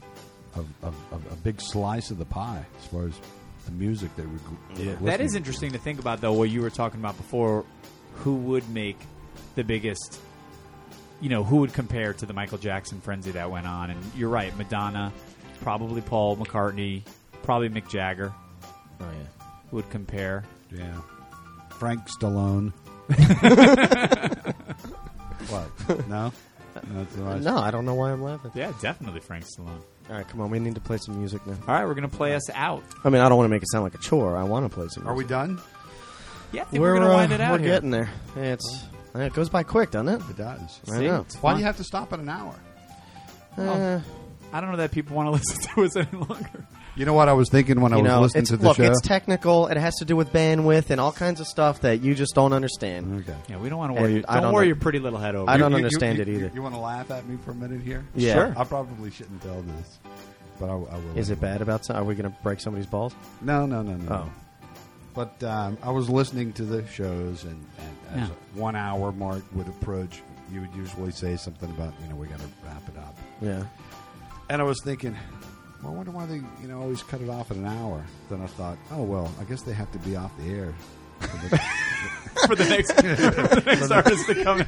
S3: of, of, of a big slice of the pie as far as the music that we
S1: Yeah.
S2: that is interesting to think about, though. What you were talking about before, who would make the biggest? You know, who would compare to the Michael Jackson frenzy that went on? And you're right, Madonna, probably Paul McCartney, probably Mick Jagger
S1: Oh yeah.
S2: would compare.
S3: Yeah. Frank Stallone. what? No? That's the right-
S1: No, I don't know why I'm laughing.
S2: Yeah, definitely Frank Stallone.
S1: All right, come on, we need to play some music now.
S2: All right, we're gonna play us out.
S1: I mean, I don't want to make it sound like a chore. I want to play some.
S3: Are we
S1: music.
S3: done?
S2: Yeah, I think we're, gonna
S1: uh,
S2: wind it out
S1: We're
S2: here.
S1: getting there. Yeah, it's yeah, it goes by quick, doesn't it?
S3: It does.
S1: I know. It's
S3: Why do
S1: fun.
S3: you have to stop at an hour?
S1: Uh,
S2: I don't know that people want to listen to us any longer.
S3: You know what I was thinking when I
S1: you
S3: was
S1: know,
S3: listening
S1: it's,
S3: to the
S1: look,
S3: show?
S1: it's technical. It has to do with bandwidth and all kinds of stuff that you just don't understand.
S3: okay.
S2: Yeah, we don't want to
S1: And
S2: worry.
S1: I
S2: Don't,
S1: don't
S2: worry
S1: know-
S2: your pretty little head over.
S1: I don't
S2: it.
S3: You- you-
S1: understand
S3: you-
S1: it either.
S3: You, want to laugh at me for a minute here?
S1: Yeah. Sure.
S3: I probably shouldn't tell this, but I, I will.
S1: Is it bad about some? Are we going to break somebody's balls?
S3: No, no, no, no.
S1: Oh.
S3: But um, I was listening to the shows, and, and as
S2: Yeah.
S3: one hour mark would approach, you would usually say something about, you know, we got to wrap it up.
S1: Yeah.
S3: And I was thinking, well, I wonder why they, you know, always cut it off at an hour. Then I thought, oh well, I guess they have to be off the air.
S2: for the next, for the next artist to come in.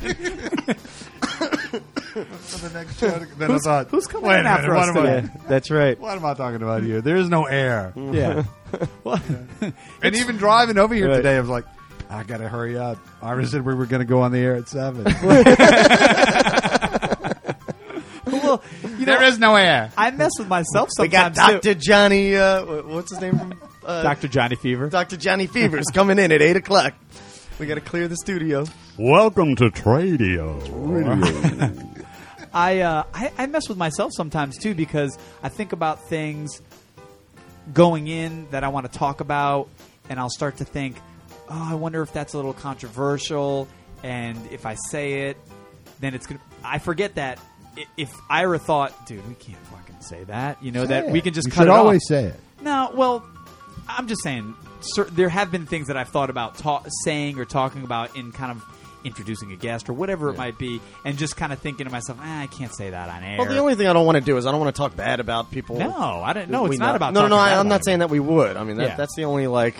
S3: For the next show. to- Then I thought,
S2: who's coming
S3: uh, wait
S2: in
S3: a
S2: after
S3: minute,
S2: us
S3: what am I-
S2: today?
S1: That's right.
S3: What am I talking about here? There is no air.
S2: Yeah. well,
S3: And even driving over here
S1: Right.
S3: today, I was like, I gotta hurry up. Ira said we were gonna go on the air at seven.
S2: well, you know,
S3: there is no air.
S2: I mess with myself
S1: We got
S2: sometimes too.
S1: Doctor Johnny. Uh, wh- what's his name? From, uh,
S2: Dr. Johnny Fever.
S1: Doctor Johnny Fevers coming in at eight o'clock. We got to clear the studio.
S7: Welcome to Tradio.
S2: I, uh, I I mess with myself sometimes too because I think about things going in that I want to talk about, and I'll start to think, oh, I wonder if that's a little controversial, and if I say it, then it's gonna. I forget that I- if Ira thought, dude, we can't fucking say that. You know that we can just
S3: You
S2: cut
S3: should
S2: it off.
S3: always say it.
S2: No, well, I'm just saying. Cer there have been things that I've thought about ta- saying or talking about in kind of introducing a guest or whatever it might be, and just kind of thinking to myself, ah, I can't say that on air.
S1: Well, the only thing I don't want to do is I don't want to talk bad about people.
S2: no, I don't. No,
S1: We
S2: it's not
S1: know-
S2: about.
S1: No, no, no.
S2: talking
S1: I,
S2: bad
S1: I'm
S2: about
S1: not saying
S2: it.
S1: that we would. I mean, that,
S2: Yeah.
S1: that's the only like.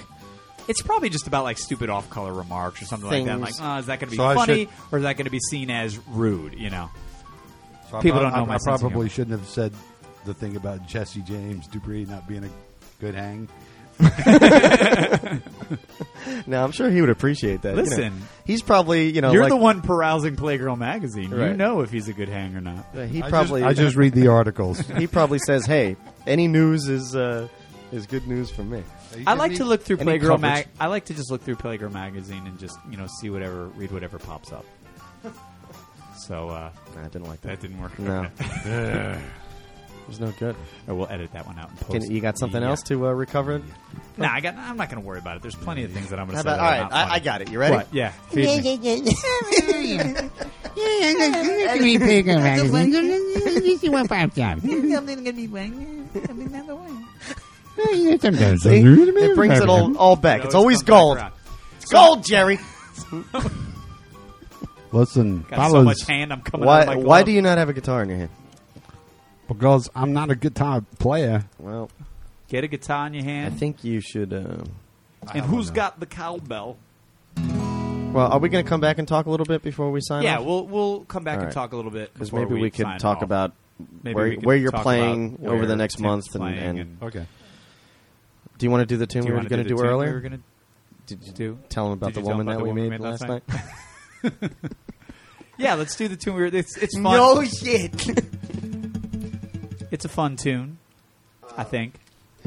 S2: It's probably just about like stupid off-color remarks or something like that. Like,
S1: Things.
S2: oh, is that going to be
S3: So I
S2: funny
S3: should-
S2: or is that going to be seen as rude? You know.
S3: So I
S2: People
S3: prob-
S2: don't know
S3: I-
S2: my
S3: I
S2: sense of
S3: probably
S2: humor.
S3: shouldn't have said the thing about Jesse James Dupree not being a good hang.
S1: Now I'm sure he would appreciate that. you know.
S2: Listen.
S1: he's probably you know
S2: You're
S1: like-
S2: the one perusing Playgirl magazine. You
S1: Right.
S2: know if he's a good hang or not.
S1: Yeah, uh, He
S3: I
S1: probably
S3: just, I just read the articles.
S1: he probably says, "Hey, any news is uh, is good news for me."
S2: I like to look through
S1: any
S2: Playgirl
S1: coverage?
S2: mag. I like to just look through Playgirl magazine and just you know see whatever, read whatever pops up. So uh,
S1: Nah, I didn't like
S2: that
S1: that.
S2: didn't work.
S1: No, it was no good.
S2: Or we'll edit that one out. And post
S1: Can, you got something
S2: Yeah.
S1: else to uh, recover?
S2: Nah, I got. I'm not going to worry about it. There's plenty of things that I'm going
S1: How
S2: to say.
S1: about
S2: that
S1: all
S2: are
S1: right?
S2: not
S1: I, I
S2: funny.
S1: got it. You ready?
S2: What? Yeah. feed me.
S6: Yeah, yeah, yeah, yeah, yeah, me pick a magazine. You see what pops up.
S5: Something's gonna be one. Something's not the one.
S6: Yeah, Sometimes
S1: See? It brings it all all back.
S2: It
S1: it's always
S2: comes back
S1: gold.
S2: around.
S1: It's gold, Jerry.
S3: Listen,
S2: Got so
S3: fellas,
S2: much hand. I'm coming. out of
S1: Why
S2: my
S1: why
S2: glove.
S1: do you not have a guitar in your hand?
S3: because I'm not a guitar player.
S1: Well,
S2: get a guitar in your
S1: I
S2: hand?
S1: think you should. Uh,
S2: and who's got the cowbell?
S1: well, are we going to come back and talk a little bit before we sign
S2: Yeah,
S1: off?
S2: we'll we'll come back
S1: All
S2: and
S1: right.
S2: talk a little bit
S1: because
S2: before
S1: maybe we, could
S2: sign
S1: talk
S2: off.
S1: about
S2: Maybe
S1: where
S2: we could
S1: where you're
S2: talk
S1: playing
S2: about
S1: over
S2: where
S1: the next
S2: Tim's
S1: month, and,
S2: playing
S1: and,
S3: Okay.
S1: do you want to do the tune we were going to do earlier?
S2: We were going to did you do?
S1: tell them
S2: Did
S1: about the
S2: you tell
S1: woman
S2: them about
S1: that we
S2: the woman
S1: made,
S2: we made
S1: last night.
S2: last Yeah, let's do the tune. We were, it's it's fun.
S1: no shit.
S2: It's a fun tune. I think.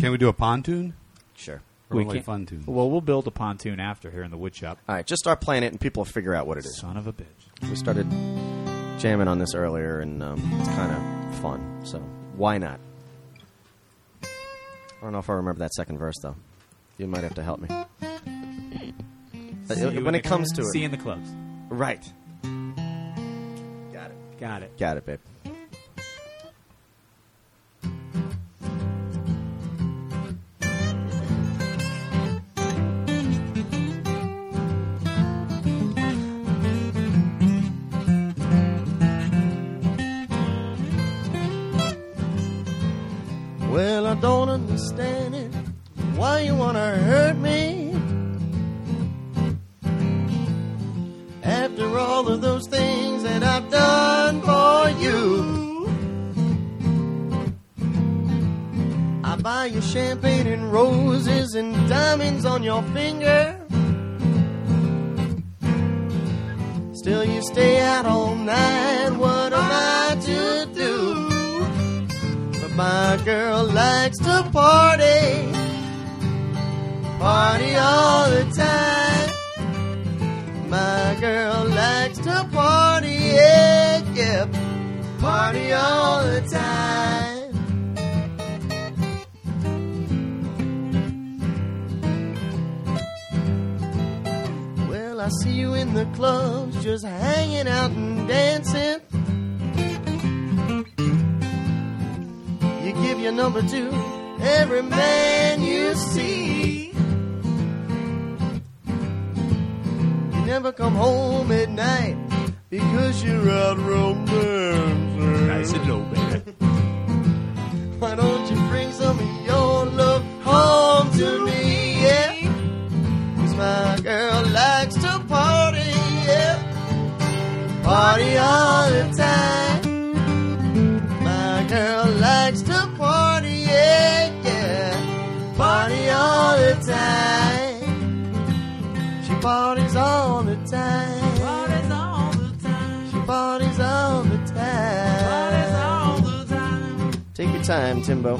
S3: Can we do a pontoon?
S1: sure.
S3: Or
S2: We
S3: only
S2: can't-
S3: fun tune?
S2: Well, we'll build a pontoon after here in the wood shop.
S1: All right, just start playing it, and people will figure out what it is.
S2: Son of a bitch.
S1: We started jamming on this earlier, and um, it's kind of fun. So why not? I don't know if I remember that second verse though. You might have to help me. But
S2: See you
S1: when
S2: in
S1: it
S2: the-
S1: comes to
S2: see you
S1: it,
S2: in the clubs.
S1: right? Got it.
S2: Got it.
S1: Got it, babe. Well, I don't understand it. Why you wanna hurt me? After all of those things that I've done for you, I buy you champagne and roses and diamonds on your finger. Still, you stay out all night. What am I to do? But my girl likes to party, party all the time. My girl likes to party, yeah, yeah. Party all the time. Well, I see you in the clubs, just hanging out and dancing. You give your number to every man you see. You never come home at night because you're out romancing.
S2: Nice and low, baby.
S1: Why don't you bring some of your love home to me? Yeah. 'Cause my girl likes to party, yeah. Party all the time. My girl likes to party, yeah, yeah. Party all the time. She parties all the time.
S5: Parties all the time.
S1: She parties all the time.
S5: Parties all the time.
S1: Take your time, Timbo.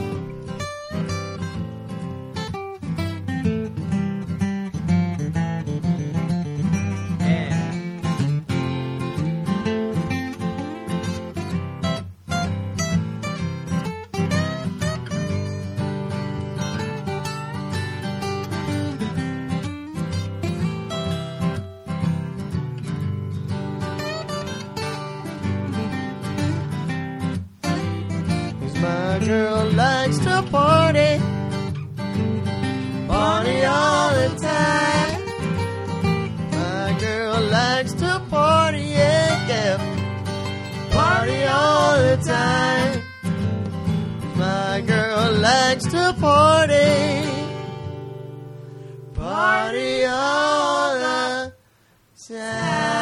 S1: Cause my girl likes to party. Party all the time. My girl likes to party, yeah, yeah. Party all the time. My girl likes to party. Party all the time.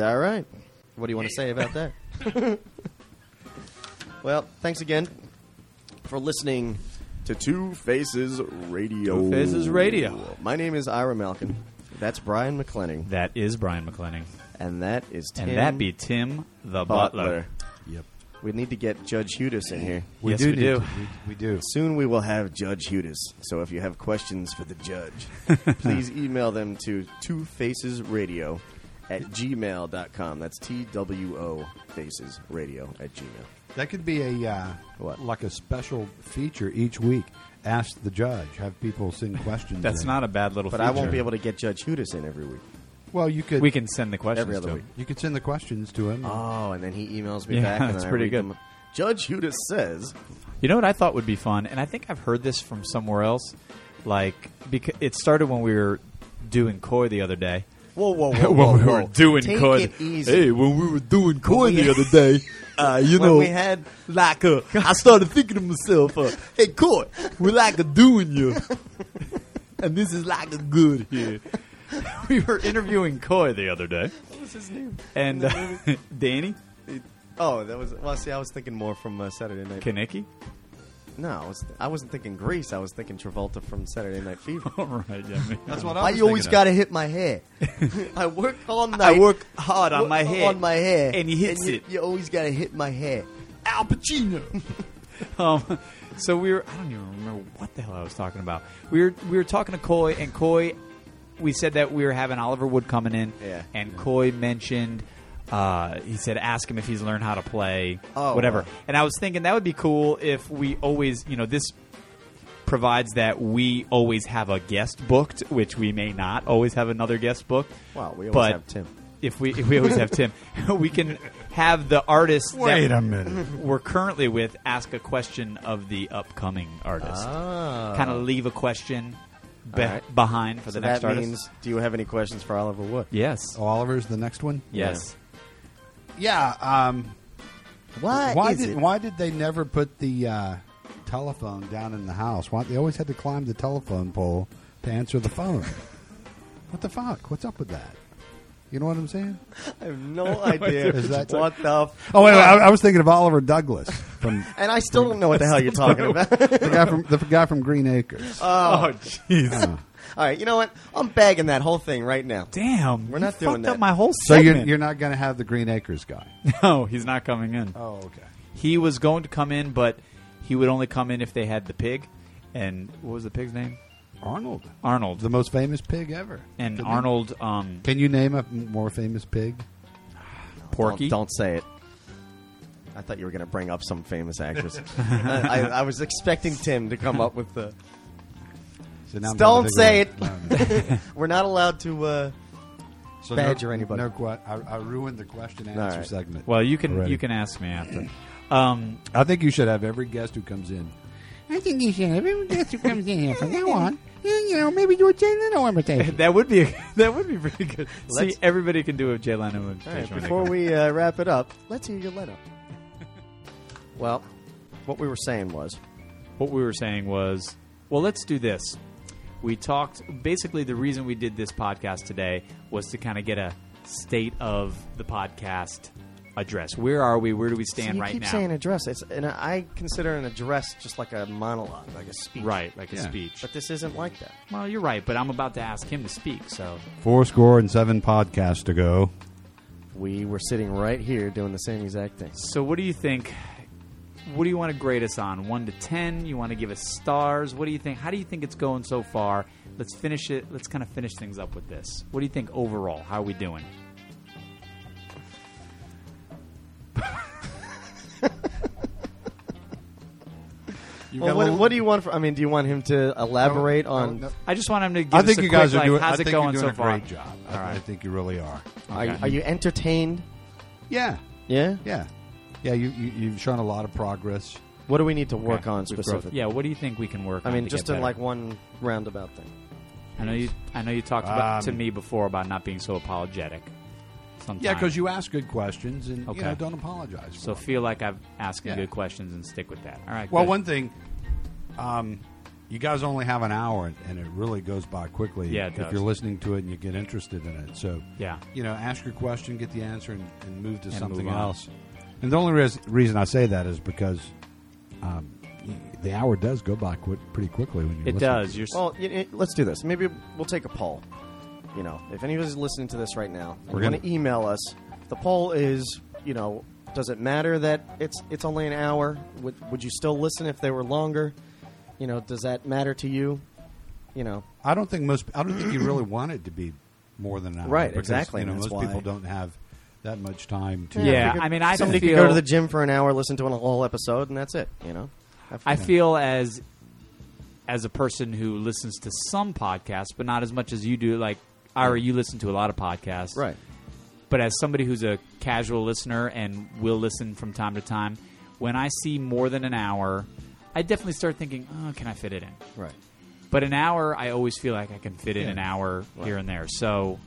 S1: All right. What do you want to say about that? well, thanks again for listening to Two Faces Radio.
S2: Two Faces Radio.
S1: My name is Ira Malkin. That's Brian McClenning.
S2: That is Brian McClenning.
S1: And that is Tim
S2: And that be Tim the Butler.
S1: Butler.
S3: Yep.
S1: We need to get Judge Hudis in here.
S2: yes, we
S3: need
S2: do.
S3: to- we, we do.
S1: Soon we will have Judge Hudis. So if you have questions for the judge, please email them to two faces radio at gmail.com. That's T W O faces radio at gmail.
S3: That could be a uh,
S1: What?
S3: like a special feature each week. Ask the judge. Have people send questions.
S2: That's
S3: in.
S2: not a bad little
S1: But
S2: feature.
S1: I won't be able to get Judge Hudis in every week.
S3: Well, you could.
S2: We Uh, can send the questions
S1: Every other
S2: to
S1: week.
S2: him.
S3: You could send the questions to him.
S1: Oh, and then he emails me
S2: Yeah,
S1: back. and
S2: that's
S1: I
S2: pretty
S1: read
S2: good.
S1: them. Judge Hudis says,
S2: You know what I thought would be fun, and I think I've heard this from somewhere else. Like, because it started when we were doing Coy the other day.
S1: Whoa, whoa, whoa.
S2: when
S1: whoa,
S2: we were
S1: whoa.
S2: doing
S1: Take
S2: Coy,
S1: it easy.
S2: hey, when we were doing Coy
S1: we-
S2: the other day, uh, you
S1: when
S2: know,
S1: we had
S2: like uh, I started thinking to myself, uh, "Hey, Coy, we like a doing you, and this is like a good here." we were interviewing Coy the other day,
S1: what was his name?
S2: and uh, Danny
S1: Oh, that was well. See, I was thinking more from uh, Saturday Night.
S2: Kaneki.
S1: no, I, was, I wasn't thinking Grease. I was thinking Travolta from Saturday Night Fever.
S2: All right, yeah, man.
S3: That's what I
S1: Why
S3: was
S1: you always
S3: thinking
S1: got to hit my hair? I work all night.
S2: I work hard on
S1: Work
S2: my hair.
S1: On my hair,
S2: and he hits
S1: you,
S2: it.
S1: You always got to hit my hair.
S2: Al Pacino. um, so we were. I don't even remember what the hell I was talking about. We were we were talking to Coy and Coy. We said that we were having Oliver Wood coming in,
S1: Yeah.
S2: and Coy mentioned. Uh, he said, "Ask him if he's learned how to play,
S1: Oh,
S2: whatever."
S1: wow.
S2: And I was thinking that would be cool if we always, you know, this provides that we always have a guest booked, which we may not always have another guest booked.
S1: Wow, we always
S2: But
S1: have Tim.
S2: If we if we always have Tim, we can have the artist.
S3: about. Wait
S2: that,
S3: a minute.
S2: we're currently with ask a question of the upcoming artist.
S1: Ah.
S2: Kind of leave a question be-
S1: All right.
S2: behind for
S1: So
S2: the next
S1: that
S2: artist.
S1: means, do you have any questions for Oliver Wood?
S2: yes.
S3: Oh, Oliver's the next one.
S2: Yes.
S3: Yeah. Um,
S1: Why,
S3: why
S1: is
S3: did
S1: it?
S3: Why did they never put the uh, telephone down in the house? Why they always had to climb the telephone pole to answer the phone? what the fuck? What's up with that? You know what I'm saying?
S1: I have no idea.
S3: Is that-
S1: what the? F-
S3: Oh wait, wait I, I was thinking of Oliver Douglas from
S1: and I still don't know what the hell you're talking about. all
S3: the guy from the guy from Green Acres.
S2: Oh jeez.
S1: right, you know what? I'm bagging that whole thing right now.
S2: Damn.
S1: We're
S2: you
S1: not doing
S2: fucked
S1: that.
S2: up my whole
S3: so you're
S2: segment.
S3: you're not going to have the Green Acres guy.
S2: no, he's not coming in.
S3: Oh okay.
S2: He was going to come in, but he would only come in if they had the pig. And what was the pig's name?
S3: Arnold,
S2: Arnold.
S3: the most famous pig ever.
S2: and
S3: Could be.
S2: Arnold um,
S3: Can you name a more famous pig?
S2: Porky.
S1: Don't, don't say it. I thought you were going to bring up some famous actress. I, I, I was expecting Tim to come up with the.
S3: So now I'm
S1: Don't
S3: trying to
S1: say
S3: figure out- No, no.
S1: We're not allowed to. Uh,
S3: So
S1: Badger
S3: no,
S1: anybody.
S3: No, que- I, I ruined the question and
S1: All
S3: answer
S1: right.
S3: segment.
S2: Well, you can
S3: Already.
S2: you can ask me after. Um,
S3: I think you should have every guest who comes in.
S6: I think you should have every guest who comes in here from now on. You you know, maybe do a Jay Leno imitation.
S2: that would be that would be pretty good.
S1: Let's-
S2: See, everybody can do a Jay Leno
S1: All right,
S2: imitation. when they
S1: before
S2: come.
S1: we uh, wrap it up, let's hear your letter. well, what we were saying was,
S2: what we were saying was, well, let's do this. We talked basically the reason we did this podcast today was to kind of get a state of the podcast address. Where are we? Where do we stand
S1: you
S2: right
S1: keep
S2: now?
S1: saying address, it's, and I consider an address just like a monologue, like a speech.
S2: right, like a
S3: Yeah.
S2: speech.
S1: But this isn't like that.
S2: Well, you're right, but I'm about to ask him to speak, so
S3: Four score and seven podcasts to go.
S1: We were sitting right here doing the same exact thing.
S2: So, what do you think? What do you want to grade us on? One to ten? You want to give us stars? What do you think? How do you think it's going so far? Let's finish it. Let's kind of finish things up with this. What do you think overall? How are we doing?
S3: You
S1: Well, what, what do you want? For, I mean, do you want him to elaborate on?
S2: I just want him to give
S3: I
S2: us
S3: think
S2: a
S3: you guys
S2: quick,
S3: are
S2: like,
S3: doing.
S2: how's
S3: I think
S2: it going
S3: you're
S2: so
S3: doing a
S2: far?
S3: great job. I, I think you really are.
S1: Are, you,
S2: Okay.
S1: are you entertained?
S3: Yeah,
S1: Yeah.
S3: yeah, yeah. You, you you've shown a lot of progress.
S1: What do we need to work
S2: Okay.
S1: on
S2: We've grown-
S1: specifically?
S2: Yeah, what do you think we can work
S1: I
S2: on?
S1: mean,
S2: to
S1: just
S2: get
S1: in
S2: better?
S1: like one roundabout thing.
S2: I know you I know you talked about to
S3: Um,
S2: me before about not being so apologetic. Sometimes.
S3: Yeah, because you ask good questions and
S2: Okay.
S3: you know don't apologize.
S2: so feel like I've asking
S3: Yeah.
S2: good questions and stick with that. All right.
S3: Well,
S2: good.
S3: one thing, um, You guys only have an hour, and, and it really goes by quickly.
S2: Yeah, it
S3: if
S2: does.
S3: you're listening to it and you get interested in it, so
S2: Yeah.
S3: you know, ask your question, get the answer, and, and move to
S2: And
S3: something
S2: move on.
S3: else. And the only res- reason I say that is because um, y- the hour does go by quick, pretty quickly when you're.
S2: It
S3: listening.
S2: does. You're s-
S1: Well, y- y- let's do this. Maybe we'll take a poll. You know, if anybody's listening to this right now,
S3: We're
S1: we're going to
S3: gonna-
S1: email us. The poll is, you know, does it matter that it's it's only an hour? Would would you still listen if they were longer? You know, does that matter to you? You know,
S3: I don't think most. I don't think you really want it to be more than an hour.
S1: Right,
S3: because,
S1: exactly,
S3: You know,
S1: and
S3: most
S1: that's why-
S3: people don't have that much time to.
S2: yeah, I mean, I
S1: somebody
S2: feel,
S1: could go to the gym for an hour, listen to a whole episode, and that's it. You know,
S2: I feel as as a person who listens to some podcasts, but not as much as you do. Like Ira, you listen to a lot of podcasts,
S1: right.
S2: But as somebody who's a casual listener and will listen from time to time, when I see more than an hour, I definitely start thinking, "Oh, can I fit it in?"
S1: Right.
S2: But an hour, I always feel like I can fit in
S3: Yeah.
S2: an hour here and there. So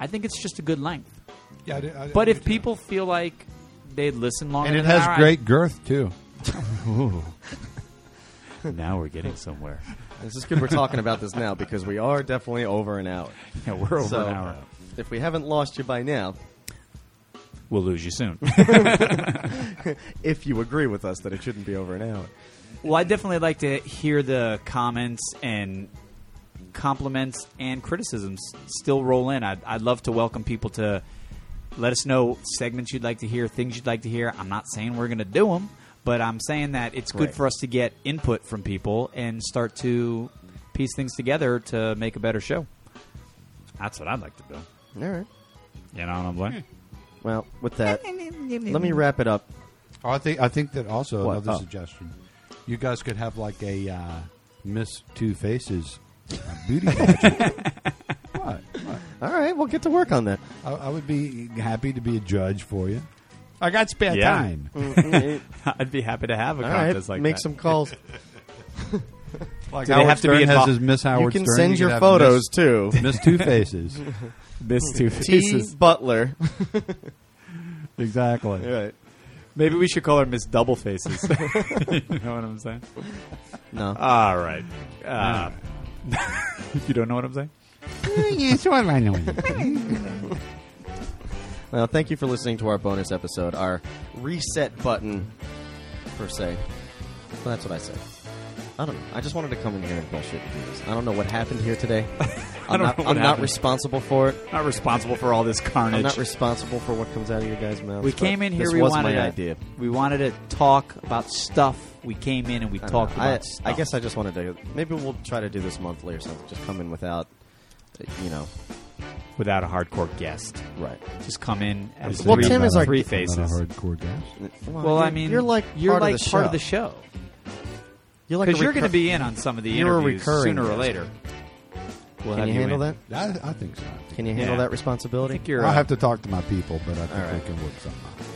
S2: I think it's just a good length.
S3: Yeah, I do- I do-
S2: But if people feel like they'd listen longer,
S3: and it
S2: than an
S3: has
S2: hour, I-
S3: great girth too.
S2: now we're getting somewhere.
S1: This is good. We're talking about this now because we are definitely over an hour.
S2: Yeah, we're over
S1: so,
S2: an
S3: uh,
S2: hour.
S1: if we haven't lost you by now,
S2: We'll lose you soon.
S1: if you agree with us that it shouldn't be over an hour.
S2: well, I definitely like to hear the comments and compliments and criticisms still roll in. I'd, I'd love to welcome people to let us know segments you'd like to hear, things you'd like to hear. I'm not saying we're going to do them, but I'm saying that it's good
S1: Right.
S2: for us to get input from people and start to piece things together to make a better show. That's what I'd like to do.
S1: All right.
S2: You know what I'm saying?
S1: Well, with that, let me wrap it up.
S3: Oh, I think I think that also
S1: What?
S3: another
S1: Oh.
S3: suggestion. You guys could have like a uh, Miss Two Faces uh, beauty pageant. what? What?
S1: All right, we'll get to work on that.
S3: I, I would be happy to be a judge for you. I got spare
S2: Yeah.
S3: time.
S2: I'd be happy to have a
S1: All right,
S2: contest like
S1: make
S2: that.
S1: some calls.
S3: Like
S2: Do they have to be
S3: Stern has
S2: involved?
S3: his Miss Howard
S1: you can
S3: Stern.
S1: send
S3: could
S1: your
S3: have
S1: photos too.
S3: Miss, Miss Two Faces.
S2: Miss Two
S1: T
S2: Faces.
S1: Butler.
S3: exactly.
S1: right.
S2: Maybe we should call her Miss Double Faces. you know what I'm saying?
S1: No.
S2: All right. Uh, you don't know what I'm saying?
S6: yeah, so what do I know anything?
S1: Well, thank you for listening to our bonus episode, our reset button, per se. Well, that's what I said. I don't know. I just wanted to come in here and bullshit and do this. I don't know what happened here today. I'm,
S2: don't
S1: not,
S2: know what
S1: I'm not
S2: happened.
S1: responsible for it.
S2: Not responsible for all this carnage.
S1: I'm not responsible for what comes out of your guys' mouths.
S2: we
S1: but
S2: came in here.
S1: This
S2: We
S1: was
S2: wanted
S1: my
S2: to,
S1: idea.
S2: We wanted to talk about stuff. We came in and we
S1: I
S2: talked
S1: don't know.
S2: about
S1: I,
S2: stuff.
S1: I guess I just wanted to. Maybe we'll try to do this monthly or something. Just come in without, you know,
S2: without a hardcore guest,
S1: right.
S2: just come in as
S1: Well,
S2: three,
S1: Tim is our-
S2: three
S3: Not a
S2: faces.
S3: hardcore guy.
S2: Well, I mean,
S1: you're like
S2: you're
S1: part
S2: like
S1: of the
S2: part
S1: show.
S2: of the show
S1: You're like
S2: because
S1: a
S2: you're going to
S1: recur-
S2: be in on some of the
S1: You're a
S2: interviews
S1: recurring
S2: sooner or
S1: guest.
S2: later. We'll
S1: Can
S2: have
S1: you handle
S2: in.
S1: that?
S3: I, I think so. I think-
S1: Can you handle
S2: Yeah.
S1: that responsibility?
S2: I think you're.
S3: I'll
S2: uh,
S3: have to talk to my people, but I think
S1: All right.
S3: we can work something out.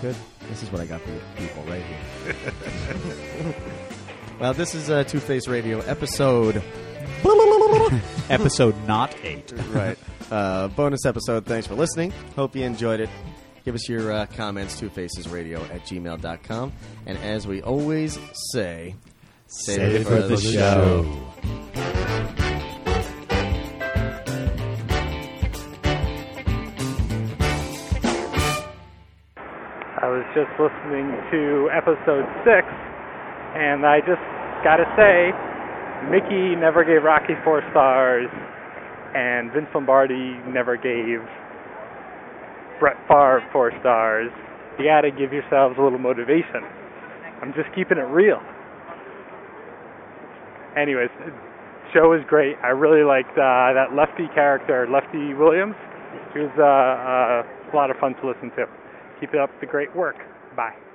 S1: Good. This is what I got for you people right here. well, this is uh, Two Face Radio episode.
S2: episode not eight.
S1: right. Uh, bonus episode. Thanks for listening. Hope you enjoyed it. Give us your uh, comments, twofacesradio at gmail.com. And as we always say, save, it for, the, show.
S8: I was just listening to episode six, and I just gotta say, Mickey never gave Rocky four stars, and Vince Lombardi never gave Brett Favre four stars. You gotta give yourselves a little motivation. I'm just keeping it real. Anyways, show is great. I really liked uh, that Lefty character, Lefty Williams. He was uh, uh, a lot of fun to listen to. Keep up the great work. Bye.